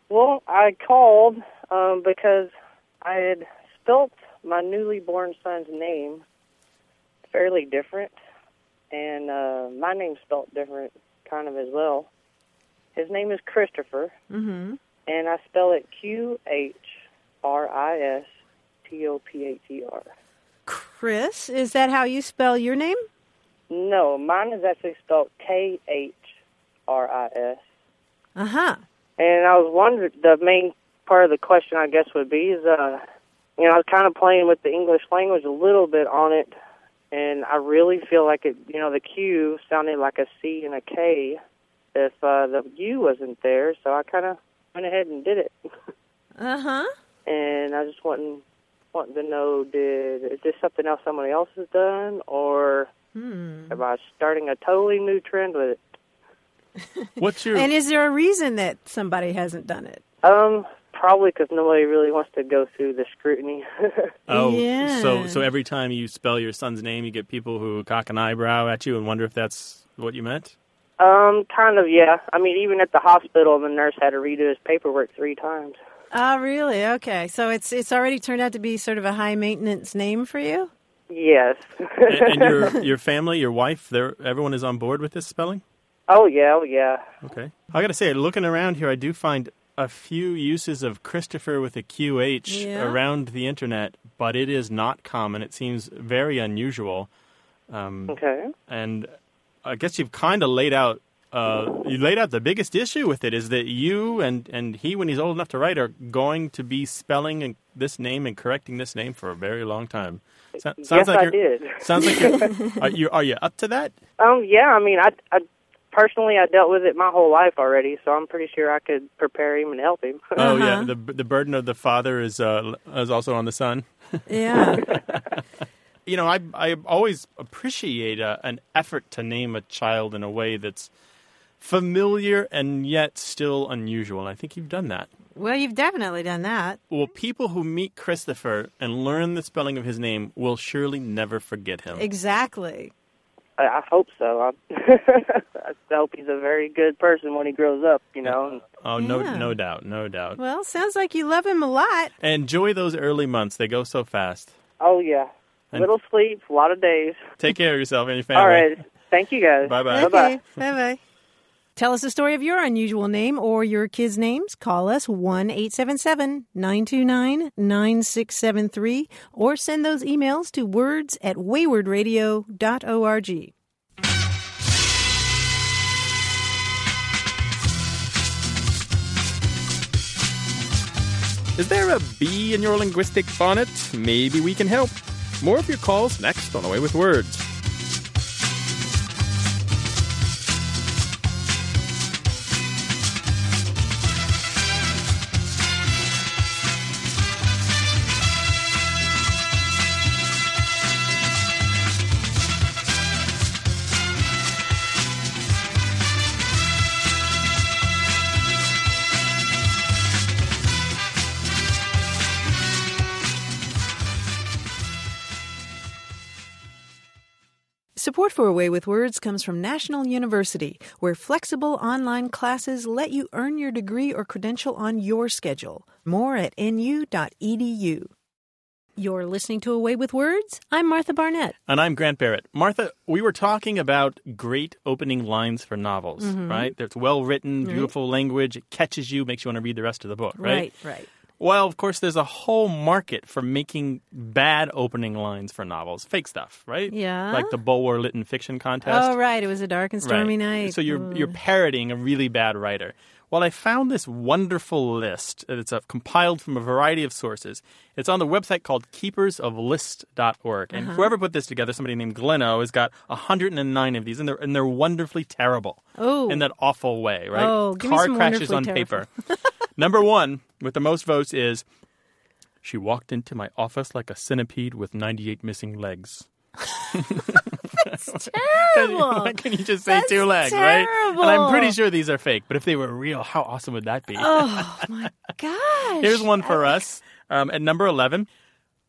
S9: Well, I called um, because I had spelt my newly born son's name fairly different, and uh, my name's spelt different kind of as well. His name is Christopher, mm-hmm. and I spell it Q H R I S T O P H E R.
S2: Chris, is that how you spell your name?
S9: No, mine is actually spelled K H R I S.
S2: Uh huh. Uh-huh.
S9: And I was wondering, the main part of the question, I guess, would be is, uh, you know, I was kind of playing with the English language a little bit on it, and I really feel like it, you know, the Q sounded like a C and a K if uh, the U wasn't there, so I kind of went ahead and did it.
S2: Uh huh.
S9: and I just wanting wanting to know did is this something else somebody else has done or
S2: Hmm.
S9: am I starting a totally new trend with it?
S1: What's your
S2: And is there a reason that somebody hasn't done it?
S9: Um, probably because nobody really wants to go through the scrutiny.
S1: oh? So
S2: Yeah.
S1: so every time you spell your son's name, you get people who cock an eyebrow at you and wonder if that's what you meant.
S9: um, kind of, yeah. I mean, even at the hospital, the nurse had to redo his paperwork three times.
S2: Oh, really? Okay. So it's it's already turned out to be sort of a high maintenance name for you.
S9: Yes.
S1: And, and your your family, your wife, they're everyone is on board with this spelling.
S9: oh yeah, oh yeah.
S1: Okay. I got to say, looking around here, I do find a few uses of Christopher with a QH
S2: Yeah.
S1: around the internet, but it is not common. It seems very unusual. Um,
S9: Okay.
S1: And I guess you've kind of laid out. Uh, you laid out the biggest issue with it is that you and, and he, when he's old enough to write, are going to be spelling and this name and correcting this name for a very long time. So, sounds
S9: yes,
S1: like
S9: I
S1: you're,
S9: did.
S1: Sounds like you're, are you are you up to that?
S9: Um, yeah. I mean, I, I personally, I dealt with it my whole life already, so I'm pretty sure I could prepare him and help him.
S1: Oh yeah,
S2: Uh-huh.
S1: the the burden of the father is uh, is also on the son.
S2: Yeah.
S1: you know, I I always appreciate uh an effort to name a child in a way that's familiar and yet still unusual. And I think you've done that.
S2: well, you've definitely done that.
S1: Well, people who meet Christopher and learn the spelling of his name will surely never forget him.
S2: Exactly.
S9: I, I hope so. I, I hope he's a very good person when he grows up. You know. And,
S1: oh, no,
S2: Yeah.
S1: no doubt, no doubt.
S2: Well, sounds like you love him a lot.
S1: Enjoy those early months; they go so fast.
S9: oh yeah.
S1: And-
S9: Little sleep, a lot of days.
S1: Take care of yourself and your family.
S9: All right. Thank you guys.
S1: Bye bye.
S2: Okay. Bye bye. Tell us the story of your unusual name or your kids' names. Call us 1 877 929 9673 or send those emails to words at waywardradio.org.
S1: Is there a bee in your linguistic bonnet? Maybe we can help. More of your calls next on Away with Words.
S2: Support for Away with Words comes from National University, where flexible online classes let you earn your degree or credential on your schedule. More at nu.edu. You're listening to Away with Words. I'm Martha Barnett.
S1: And I'm Grant Barrett. Martha, we were talking about great opening lines for novels,
S2: Mm-hmm.
S1: right? That's well written, beautiful language. It catches you, makes you want to read the rest of the book, right?
S2: right. right.
S1: Well, of course, there's a whole market for making bad opening lines for novels, fake stuff, right?
S2: Yeah.
S1: Like the Bulwer Lytton Fiction Contest.
S2: Oh, right. It was a dark and stormy night.
S1: So you're you're parroting a really bad writer. Well, I found this wonderful list. It's uh, compiled from a variety of sources. It's on the website called keepersoflist.org. And
S2: Uh-huh.
S1: whoever put this together, somebody named Gleno, has got 109 of these, and they're, and they're wonderfully terrible.
S2: Oh.
S1: In that awful way, right?
S2: Oh, give me
S1: Car
S2: some
S1: crashes
S2: wonderfully
S1: on
S2: terrible.
S1: paper. Number one, with the most votes, is She walked into my office like a centipede with 98 missing legs. Can you-
S2: terrible.
S1: Why can you just say
S2: That's
S1: two legs, right? And I'm pretty
S2: terrible.
S1: sure these are fake, but if they were real, how awesome would that be?
S2: Oh my gosh!
S1: Here's one for us. Um, at number 11,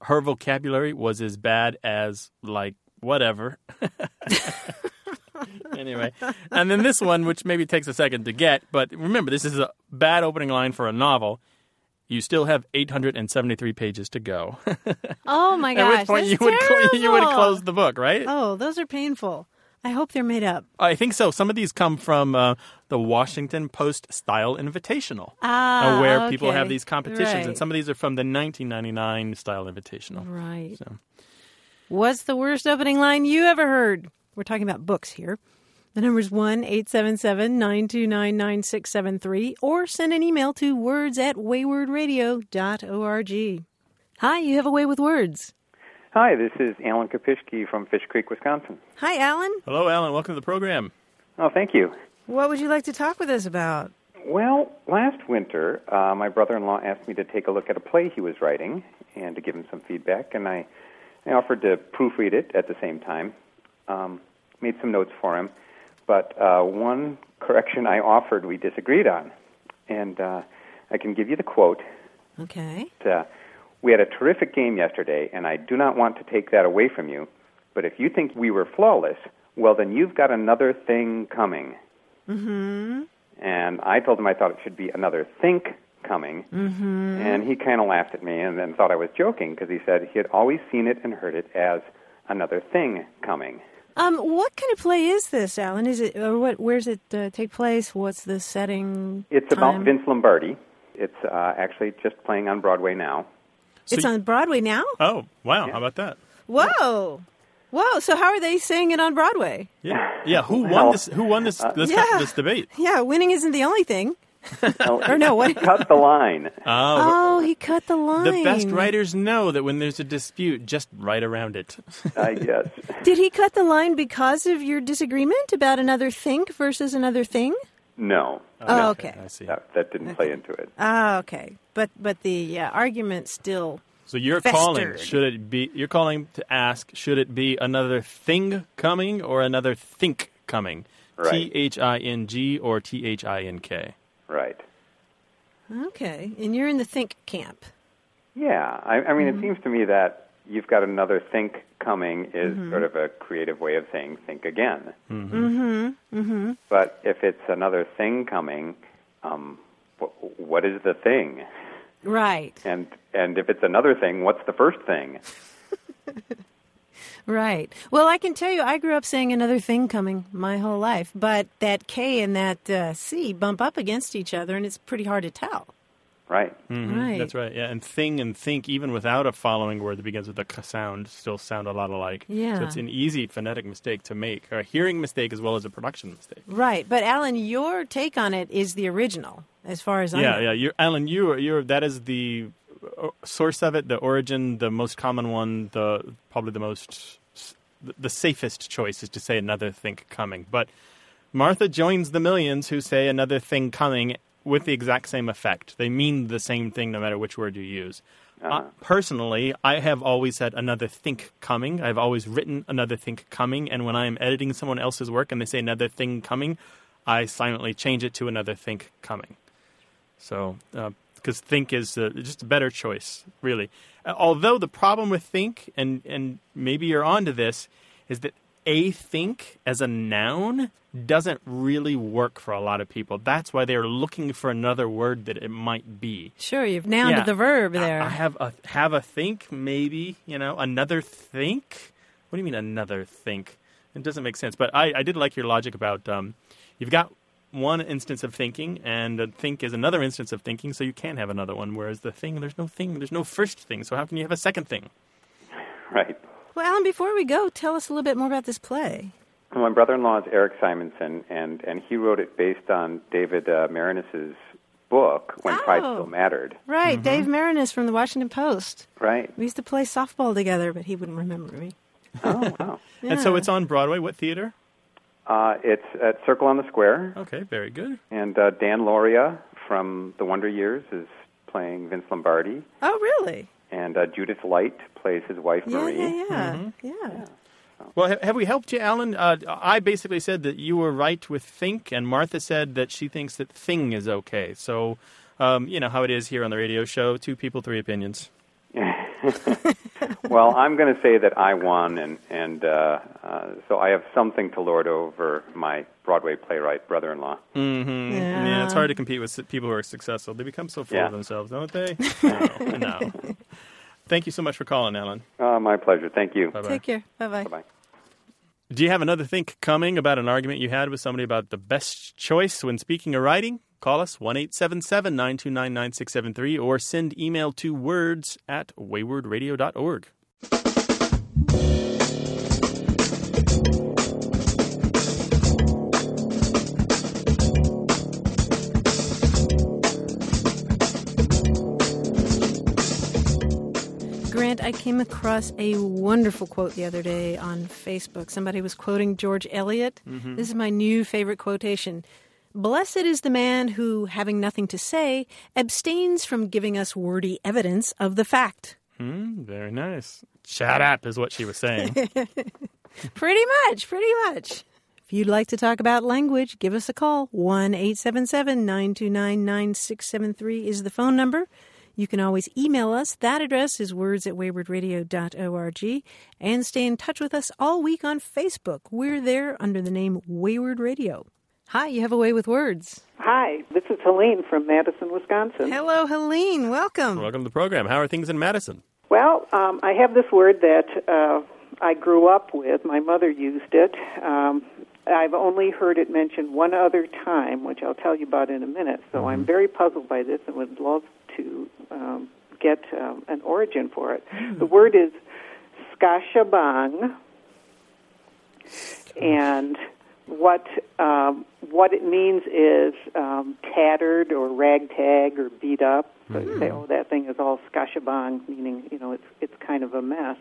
S1: her vocabulary was as bad as, like, whatever. anyway. And then this one, which maybe takes a second to get, but remember, this is a bad opening line for a novel. You still have 873 pages to go.
S2: Oh my gosh!
S1: At which point you
S2: that's
S1: would, cl- you would
S2: terrible.
S1: close the book, right?
S2: Oh, those are painful. I hope they're made up.
S1: I think so. Some of these come from uh, the Washington Post Style Invitational,
S2: Ah,
S1: uh, where people
S2: okay.
S1: have these competitions,
S2: Right.
S1: and some of these are from the 1999 Style Invitational.
S2: Right.
S1: So.
S2: What's the worst opening line you ever heard? We're talking about books here. The number is 1 877 929 9673 or send an email to words at waywardradio.org. Hi, you have a way with words.
S10: Hi, this is Alan Kapishke from Fish Creek, Wisconsin.
S2: Hi, Alan.
S1: Hello, Alan. Welcome to the program.
S10: Oh, thank you.
S2: What would you like to talk with us about?
S10: Well, last winter, uh, my brother in law asked me to take a look at a play he was writing and to give him some feedback, and I, I offered to proofread it at the same time. Um, made some notes for him, but uh, one correction I offered we disagreed on, and uh, I can give you the quote.
S2: Okay.
S10: But, uh, we had a terrific game yesterday, and I do not want to take that away from you. But if you think we were flawless, well, then you've got another thing coming.
S2: Mm-hmm.
S10: And I told him I thought it should be another think coming.
S2: Mm-hmm.
S10: And he kind of laughed at me and then thought I was joking because he said he had always seen it and heard it as another thing coming.
S2: Um, what kind of play is this, Alan? Is it or what? Where's it uh, take place? What's the setting?
S10: It's
S2: time?
S10: about Vince Lombardi. It's uh, actually just playing on Broadway now.
S2: It's on Broadway now.
S1: Oh, wow. How about that?
S2: Whoa, whoa! So how are they saying it on Broadway?
S1: Yeah. Yeah. Who won
S10: Well,
S1: this? Who won this? This,
S2: Yeah.
S1: this debate?
S2: Yeah, winning isn't the only thing.
S10: or
S2: no, what-
S10: Cut the line.
S1: Oh,
S2: Oh, he cut the line.
S1: the best writers know that when there's a dispute, just write around it.
S10: I guess.
S2: Did he cut the line because of your disagreement about another think versus another thing?
S10: No.
S2: Oh, okay.
S1: I see.
S10: That, that didn't play into it.
S2: Ah, okay. But but the uh, argument still.
S1: So you're
S2: Festered.
S1: calling. Should it be? You're calling to ask. Should it be another thing coming or another think coming?
S10: Right.
S1: T H I N G or T H I N K.
S10: Right.
S2: Okay, and you're in the think camp.
S10: Yeah. I, I
S2: Mm-hmm.
S10: mean, it seems to me that you've got another think coming is
S2: Mm-hmm.
S10: sort of a creative way of saying think again. Mm-hmm. Mm-hmm.
S2: Mm-hmm.
S10: But if it's another thing coming, um, wh- what is the thing?
S2: Right,
S10: And and if it's another thing, what's the first thing?
S2: right. Well, I can tell you, I grew up saying another thing coming my whole life, but that K and that uh, C bump up against each other, and it's pretty hard to tell.
S10: Right.
S2: Right.
S1: Mm-hmm. That's right. Yeah, and thing and think, even without a following word that begins with a k sound, still sound a lot alike.
S2: Yeah.
S1: So it's an easy phonetic mistake to make, or a hearing mistake as well as a production mistake.
S2: Right, but Alan, your take on it is the original, as far as I
S1: Yeah,
S2: know.
S1: yeah. You're, Alan, you are, you're that is the uh, source of it, the origin, the most common one, the probably the most s- the safest choice is to say another thing coming. But Martha joins the millions who say another thing coming with the exact same effect. They mean the same thing no matter which word you use. Uh, personally, I have always said another think coming. I've always written another think coming, and when I am editing someone else's work and they say another thing coming, I silently change it to another think coming. So, because think is uh, just a better choice, really. Uh, Although the problem with think, and and maybe you're onto this, is that a think as a noun doesn't really work for a lot of people. That's why they're looking for another word that it might be.
S2: Sure, you've noun
S1: Yeah.
S2: to the verb
S1: I-
S2: there.
S1: I, have a have a think, maybe you know another think. What do you mean another think? It doesn't make sense. But I, I did like your logic about um, you've got one instance of thinking, and a think is another instance of thinking, so you can have another one. Whereas the thing, there's no thing, there's no first thing. So how can you have a second thing?
S10: Right.
S2: Well, Alan, before we go, tell us a little bit more about this play.
S10: Well, my brother-in-law is Eric Simonson, and, and he wrote it based on David uh, Marinus's book, When Pride
S2: Oh.
S10: Still Mattered.
S2: Right,
S1: Mm-hmm.
S2: Dave Marinus from the Washington Post.
S10: Right?
S2: We used to play softball together, but he wouldn't remember me.
S10: Oh, wow.
S1: And so it's on Broadway. What theater?
S10: Uh, it's at Circle on the Square,
S1: Okay, very good.
S10: and uh, Dan Loria from The Wonder Years is playing Vince Lombardi,
S2: Oh, really?
S10: and uh, Judith Light plays his wife,
S2: Yeah,
S10: Marie.
S2: yeah, yeah. yeah.
S1: Well, ha- have we helped you, Alan? Uh, I basically said that you were right with think, and Martha said that she thinks that thing is okay. So, um, you know how it is here on the radio show: two people, three opinions. Mm-hmm.
S10: Well, I'm going to say that I won, and, and uh, uh, so I have something to lord over my Broadway playwright brother-in-law.
S1: Yeah, it's hard to compete with su- people who are successful. They become so full
S10: Yeah.
S1: of themselves, don't they? No, no. Thank you so much for calling, Alan.
S10: Uh, my pleasure. Thank you.
S1: Bye bye.
S2: Take care. Bye bye.
S10: Bye-bye.
S1: Do you have another think coming about an argument you had with somebody about the best choice when speaking or writing? Call us 1 877 929 9673 or send email to words at waywardradio.org.
S2: Grant, I came across a wonderful quote the other day on Facebook. Somebody was quoting George Eliot.
S1: Mm-hmm.
S2: This is my new favorite quotation. Blessed is the man who, having nothing to say, abstains from giving us wordy evidence of the fact.
S1: Hmm, very nice. Shut up is what she was saying.
S2: Pretty much, pretty much. If you'd like to talk about language, give us a call. 1 877 929 9673 is the phone number. You can always email us. That address is words at waywardradio.org. And stay in touch with us all week on Facebook. We're there under the name Wayward Radio. Hi, you have a way with words.
S11: Hi, this is Helene from Madison, Wisconsin.
S2: Hello, Helene. Welcome.
S1: Welcome to the program. How are things in Madison?
S11: Well, um, I have this word that uh, I grew up with. My mother used it. Um, I've only heard it mentioned one other time, which I'll tell you about in a minute. So I'm very puzzled by this and would love to um, get um, an origin for it. The word is skashabang, and what um, what it means is um, tattered or ragtag or beat up. So
S2: Hmm.
S11: you say, oh, that thing is all skashabang, meaning you know it's it's kind of a mess.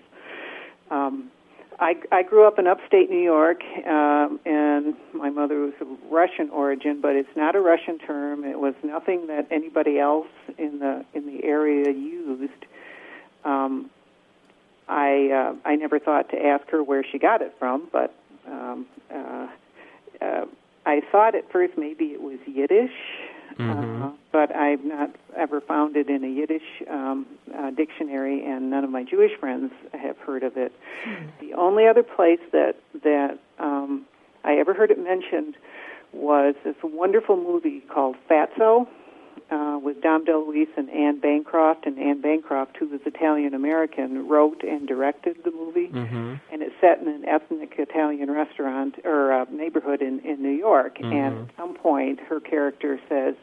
S11: Um, I, I grew up in upstate New York, um, and my mother was of Russian origin, but it's not a Russian term. It was nothing that anybody else in the in the area used. Um, I uh, I never thought to ask her where she got it from, but um, uh, uh, I thought at first maybe it was Yiddish,
S1: Mm-hmm.
S11: uh,
S9: Uh-huh.
S11: but I've not ever found it in a Yiddish um, uh, dictionary, and none of my Jewish friends have heard of it. The only other place that that um, I ever heard it mentioned was this wonderful movie called Fatso uh, with Dom DeLuise and Anne Bancroft, and Anne Bancroft, who was Italian American, wrote and directed the movie, and it's set in an ethnic Italian restaurant or uh, neighborhood in in New York.
S2: Mm-hmm.
S1: Mm-hmm.
S11: And at some point, her character says,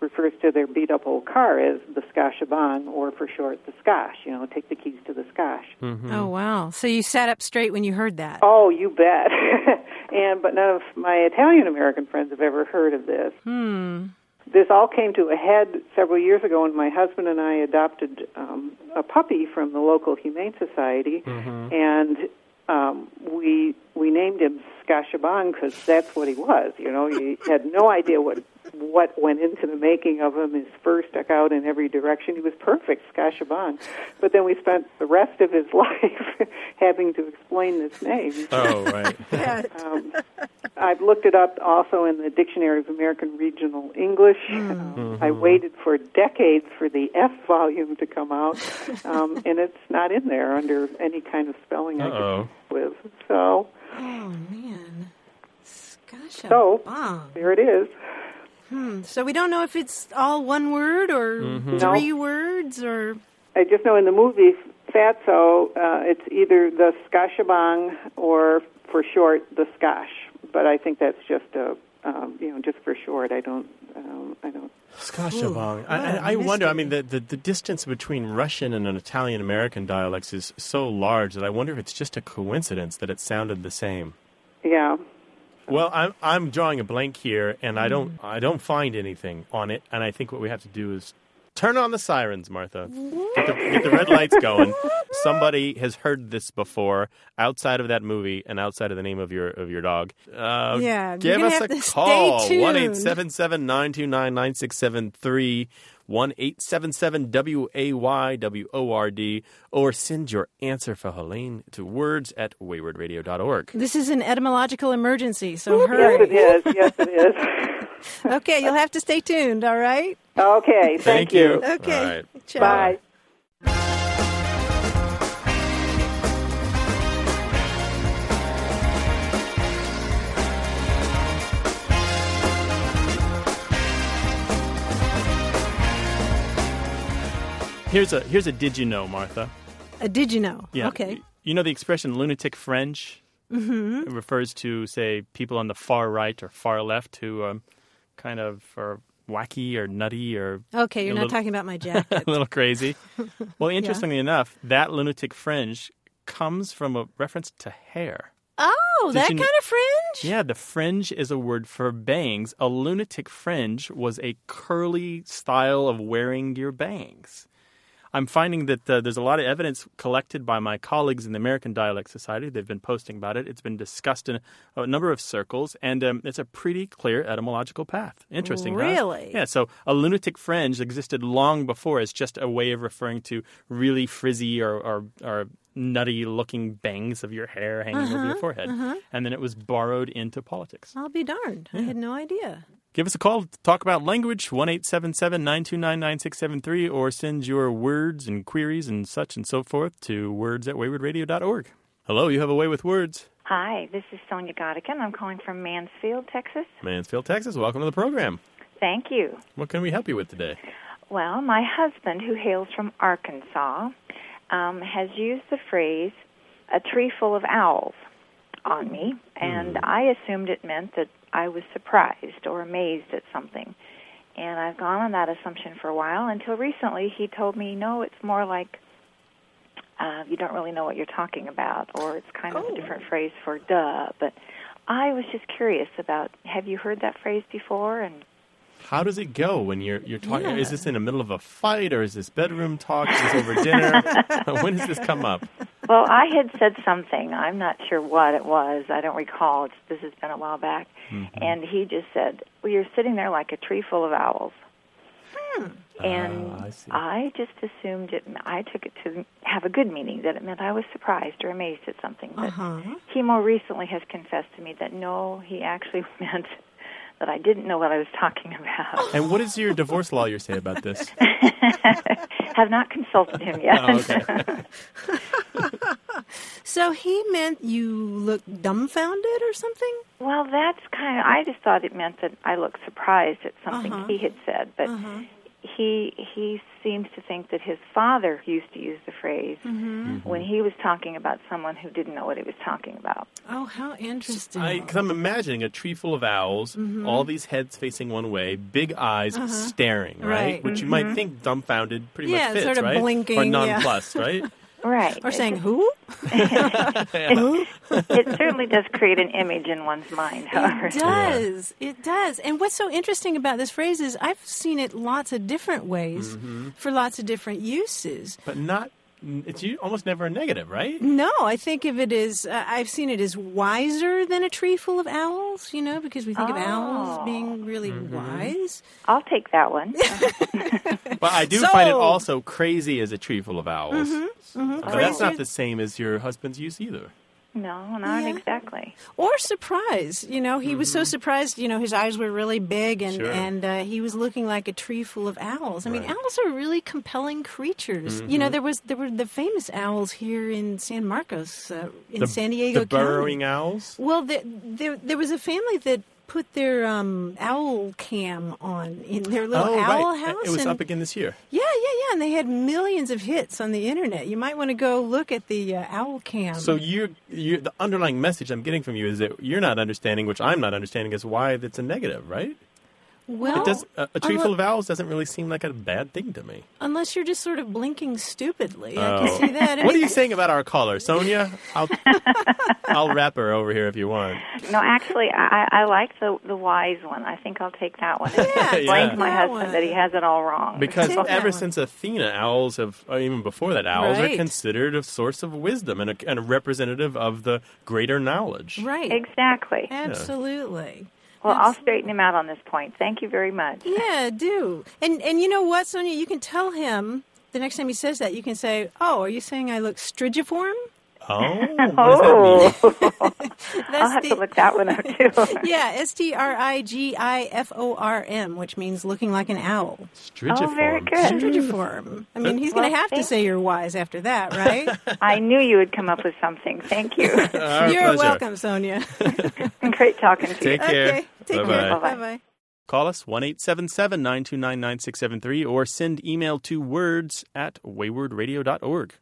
S11: refers to their beat up old car as the Scashabon, or for short, the Scash. You know, take the keys to the Scash.
S1: Mm-hmm.
S2: Oh, wow. So you sat up straight when you heard that.
S11: Oh, you bet. and but none of my Italian American friends have ever heard of this. Hmm. This all came to a head several years ago when my husband and I adopted um, a puppy from the local humane society, and um, we we named him Skashabon because that's what he was. You know, you had no idea what what went into the making of him. His fur stuck out in every direction. He was perfect, Skashabon. But then we spent the rest of his life having to explain this name.
S1: Oh, right.
S11: Um, I've looked it up also in the Dictionary of American Regional English. Um,
S2: Mm-hmm.
S11: I waited for decades for the F volume to come out, um, and it's not in there under any kind of spelling I
S1: Uh-oh.
S11: could with. So
S2: Oh, man. Gosh,
S11: So-
S2: wow.
S11: there it is.
S2: Hmm. So we don't know if it's all one word or three words or.
S11: I just know in the movie Fatso, uh, it's either the Skashabang or, for short, the Skash. But I think that's just a, um, you know, just for short. I don't, um, I don't.
S1: Skashabong. I,
S2: wow,
S1: I, I
S2: you missed
S1: wonder, I
S2: it.
S1: mean, the, the, the distance between Russian and an Italian American dialects is so large that I wonder if it's just a coincidence that it sounded the same.
S11: Yeah.
S1: Well, I'm I'm drawing a blank here, and I don't I don't find anything on it. And I think what we have to do is turn on the sirens, Martha. Get the, get the red lights going. Somebody has heard this before outside of that movie and outside of the name of your of your dog. Uh,
S2: Yeah, you're
S1: give
S2: gonna
S1: us
S2: have
S1: a
S2: to stay
S1: call
S2: tuned.
S1: one eight seven seven nine two nine nine six seven three. 1877 W A Y W O R D, or send your answer for Helene to words at waywardradio.org.
S2: This is an etymological emergency, so
S11: Yes,
S2: hurry.
S11: it is. Yes, it is.
S2: Okay, you'll have to stay tuned, all right?
S11: Okay. Thank, you.
S2: Okay.
S1: All right.
S2: Ciao.
S11: Bye.
S1: Here's a here's a did you know, Martha?
S2: Uh, did you know? Okay.
S1: Y- You know the expression lunatic French? Mm-hmm. It refers to say people on the far right or far left who um, kind of are wacky or nutty or
S2: Okay, you're
S1: a
S2: not
S1: little-
S2: talking about my jacket.
S1: a little crazy. Well, interestingly enough, that lunatic fringe comes from a reference to hair.
S2: Oh, that
S1: you kn-
S2: kind of fringe?
S1: Yeah, the fringe is a word for bangs. A lunatic fringe was a curly style of wearing your bangs. I'm finding that uh, there's a lot of evidence collected by my colleagues in the American Dialect Society. They've been posting about it. It's been discussed in a, a number of circles, and um, it's a pretty clear etymological path. Interesting, huh?
S2: Really?
S1: Yeah. So a lunatic fringe existed long before as just a way of referring to really frizzy or or, or nutty looking bangs of your hair hanging over
S2: Uh-huh,
S1: your forehead, and then it was borrowed into politics.
S2: I'll be darned. I had no idea.
S1: Give us a call to talk about language, 1 929 9673, or send your words and queries and such and so forth to words at waywardradio.org. Hello, you have a way with words.
S12: Hi, this is Sonia Godigan. I'm calling from Mansfield, Texas.
S1: Mansfield, Texas, welcome to the program.
S12: Thank you.
S1: What can we help you with today?
S12: Well, my husband, who hails from Arkansas, um, has used the phrase a tree full of owls on me, and I assumed it meant that I was surprised or amazed at something. And I've gone on that assumption for a while until recently he told me, no, it's more like uh, you don't really know what you're talking about, or it's kind of a different phrase for duh. But I was just curious about have you heard that phrase before? And
S1: How does it go when you're you're talking? Is this in the middle of a fight, or is this bedroom talk? Is this over dinner? when does this come up?
S12: well, I had said something. I'm not sure what it was. I don't recall. It's, this has been a while back.
S1: Mm-hmm.
S12: And he just said, well, you're sitting there like a tree full of owls. And
S2: Uh,
S1: Ah, I see.
S12: I just assumed it. I took it to have a good meaning that it meant I was surprised or amazed at something. But
S1: Uh-huh.
S2: Uh-huh.
S12: he more recently has confessed to me that no, he actually meant that I didn't know what I was talking about.
S1: And what does your divorce lawyer say about this?
S12: have not consulted him yet.
S1: Oh, okay.
S2: So he meant you look dumbfounded or something?
S12: Well, that's kind of. I just thought it meant that I looked surprised at something
S2: Uh-huh.
S12: he had said, but he he seems to think that his father used to use the phrase
S2: Mm-hmm.
S12: when he was talking about someone who didn't know what he was talking about.
S2: Oh, how interesting. Mm-hmm.
S1: Because I'm imagining a tree full of owls, all these heads facing one way, big eyes staring, right?
S2: Uh-huh. Right. Mm-hmm.
S1: Which you might think dumbfounded pretty
S2: Yeah,
S1: much fits,
S2: sort of
S1: right?
S2: blinking,
S1: or
S2: yeah.
S1: nonplussed, right?
S12: Right.
S2: or
S12: It-
S2: saying who?
S12: it certainly does create an image in one's mind, however.
S2: It does. It does. And what's so interesting about this phrase is I've seen it lots of different ways
S1: Mm-hmm.
S2: for lots of different uses.
S1: But not. It's u- almost never a negative, right?
S2: No, I think of it as uh, I've seen it as wiser than a tree full of owls, you know, because we think of owls being Mm-hmm. really wise.
S12: I'll take that one.
S1: But I do find it
S2: Sold.
S1: also crazy as a tree full of owls. But that's
S2: Mm-hmm. Crazy.
S1: not the same as your husband's use either.
S12: no, not
S2: Yeah.
S12: exactly.
S2: Or surprise, you know, he was so surprised, you know, his eyes were really big and
S1: Mm-hmm. Sure.
S2: and uh, he was looking like a tree full of owls. I mean, owls are really compelling creatures. You
S1: Mm-hmm.
S2: know, there was there were the famous owls here in San Marcos uh, in
S1: the,
S2: San Diego
S1: the
S2: County.
S1: burrowing owls.
S2: Well, there, there, there was a family that put their um, owl cam on in their little
S1: oh,
S2: owl
S1: right.
S2: house.
S1: It was
S2: and,
S1: up again this year.
S2: yeah, yeah, yeah. And they had millions of hits on the internet. You might want to go look at the uh, owl cam.
S1: So you're, you're the underlying message I'm getting from you is that you're not understanding, which I'm not understanding, is why that's a negative, right?
S2: well,
S1: It does uh, a, a tree
S2: unle-
S1: full of owls doesn't really seem like a bad thing to me.
S2: unless you're just sort of blinking stupidly. I
S1: Oh.
S2: can see that. I
S1: What are
S2: mean,
S1: you saying about our caller, Sonia? I'll I'll wrap her over here if you want.
S12: No, actually, I, I like the the wise one. I think I'll take that one.
S2: Yeah,
S12: It explains
S1: Yeah.
S12: my
S2: that
S12: husband
S2: one.
S12: that he has it all wrong.
S1: Because
S2: Take that
S1: ever
S2: one.
S1: since Athena, owls have or even before that, owls are
S2: Right.
S1: considered a source of wisdom and a, and a representative of the greater knowledge.
S2: Right.
S12: Exactly.
S2: Absolutely.
S12: Well, I'll straighten him out on this point. Thank you very much.
S2: Yeah, do. And and you know what, Sonia? You can tell him the next time he says that. You can say, "Oh, are you saying I look strigiform?"
S1: Oh, what does that mean?
S2: That's
S12: I'll have
S2: the
S12: to look that one up too.
S2: Yeah, S T R I G I F O R M, which means looking like an owl.
S1: Strigiform.
S12: Oh, very good.
S2: Strigiform. I mean, he's going to
S12: Well,
S2: have to
S12: thank-
S2: say you're wise after that, right?
S12: I knew you would come up with something. Thank you.
S1: Our
S2: you're
S1: pleasure.
S2: welcome, Sonia.
S12: Great talking to you.
S1: Take care.
S2: okay, take
S1: Bye-bye.
S2: care. Bye bye.
S1: Call us 1 877 929 9673 or send email to words at waywardradio.org.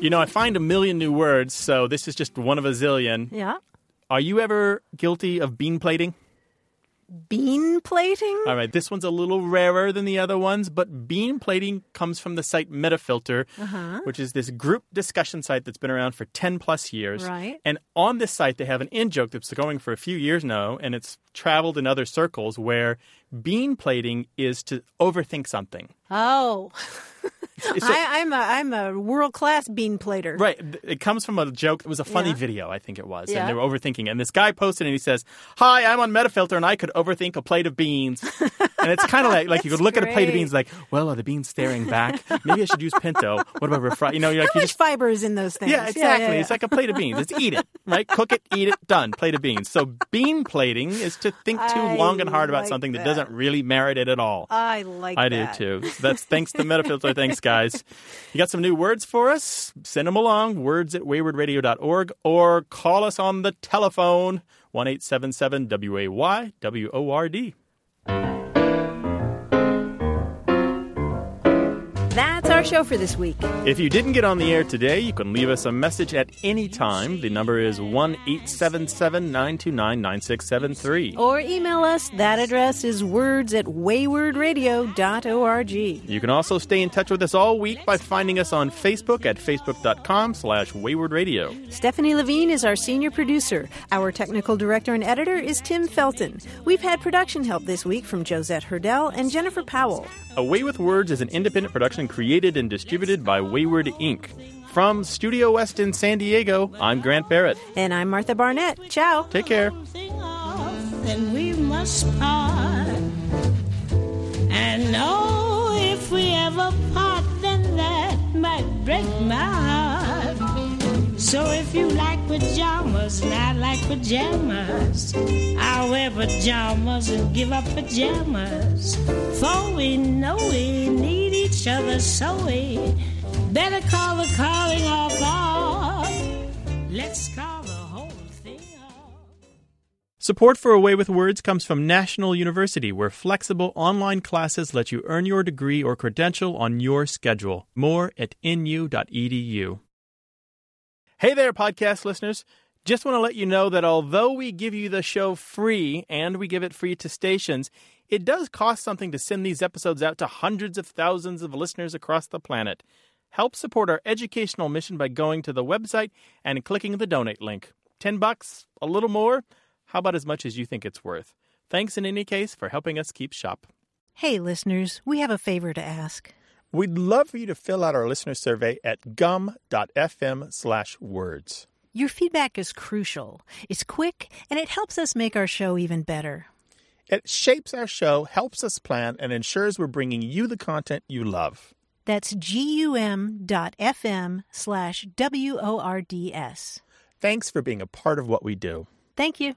S1: You know, I find a million new words, so this is just one of a zillion.
S2: Yeah.
S1: Are you ever guilty of bean plating?
S2: bean plating?
S1: All right, this one's a little rarer than the other ones, but bean plating comes from the site Metafilter,
S2: Uh-huh.
S1: which is this group discussion site that's been around for 10 plus years.
S2: Right.
S1: And on this site, they have an in joke that's going for a few years now, and it's traveled in other circles where bean plating is to overthink something.
S2: Oh. I, I'm a I'm a world class bean plater.
S1: Right. Th- It comes from a joke. It was a funny
S2: Yeah.
S1: video, I think it was.
S2: Yeah.
S1: And they were overthinking. it. And this guy posted and he says, Hi, I'm on Metafilter and I could overthink a plate of beans. and it's kind of like, like you could look at a plate of
S2: great.
S1: beans like, Well, are the beans staring back? Maybe I should use pinto. What about refri? You know, you're like,
S2: How
S1: you
S2: much
S1: just.
S2: fiber is in those things?
S1: Yeah, exactly. It's like a plate of beans. It's eat it, right? Cook it, eat it, done. Plate of beans. So bean plating is to think too
S2: I
S1: long and hard about
S2: like
S1: something that.
S2: that.
S1: doesn't really merit it at all.
S2: I like
S1: I
S2: that.
S1: do too. So That's thanks to Metafilter. thanks, guys. You got some new words for us? Send them along. Words at waywardradio.org or call us on the telephone one eight seven seven W A Y W O R D.
S2: That's our show for this week.
S1: If you didn't get on the air today, you can leave us a message at any time. The number is one eight seven seven nine two nine nine six seven three.
S2: Or email us. That address is words at waywardradio.org.
S1: You can also stay in touch with us all week by finding us on Facebook at facebook.com slash waywardradio.
S2: Stephanie Levine is our senior producer. Our technical director and editor is Tim Felton. We've had production help this week from Josette Hurdell and Jennifer Powell.
S1: Away with Words is an independent production created and distributed by Wayward Inc. From Studio West in San Diego, I'm Grant Barrett.
S2: And I'm Martha Barnett. Ciao.
S1: Take care.
S7: then we must part. And oh, if we ever part, then that might break my heart. So if you like pajamas and I like pajamas, I'll wear pajamas and give up pajamas. For we know we need each other, so we better call the calling off. Let's call the whole thing off.
S1: Support for Away with Words comes from National University, where flexible online classes let you earn your degree or credential on your schedule. More at E nu.edu. Hey there, podcast listeners. Just want to let you know that although we give you the show free and we give it free to stations, it does cost something to send these episodes out to hundreds of thousands of listeners across the planet. Help support our educational mission by going to the website and clicking the donate link. 10 bucks, a little more, how about as much as you think it's worth? Thanks in any case for helping us keep shop.
S2: Hey, listeners, we have a favor to ask.
S1: We'd love for you to fill out our listener survey at gum.fm slash words.
S2: Your feedback is crucial. It's quick and it helps us make our show even better.
S1: It shapes our show, helps us plan, and ensures we're bringing you the content you love.
S2: That's gum.fm slash W O R D S.
S1: Thanks for being a part of what we do.
S2: Thank you.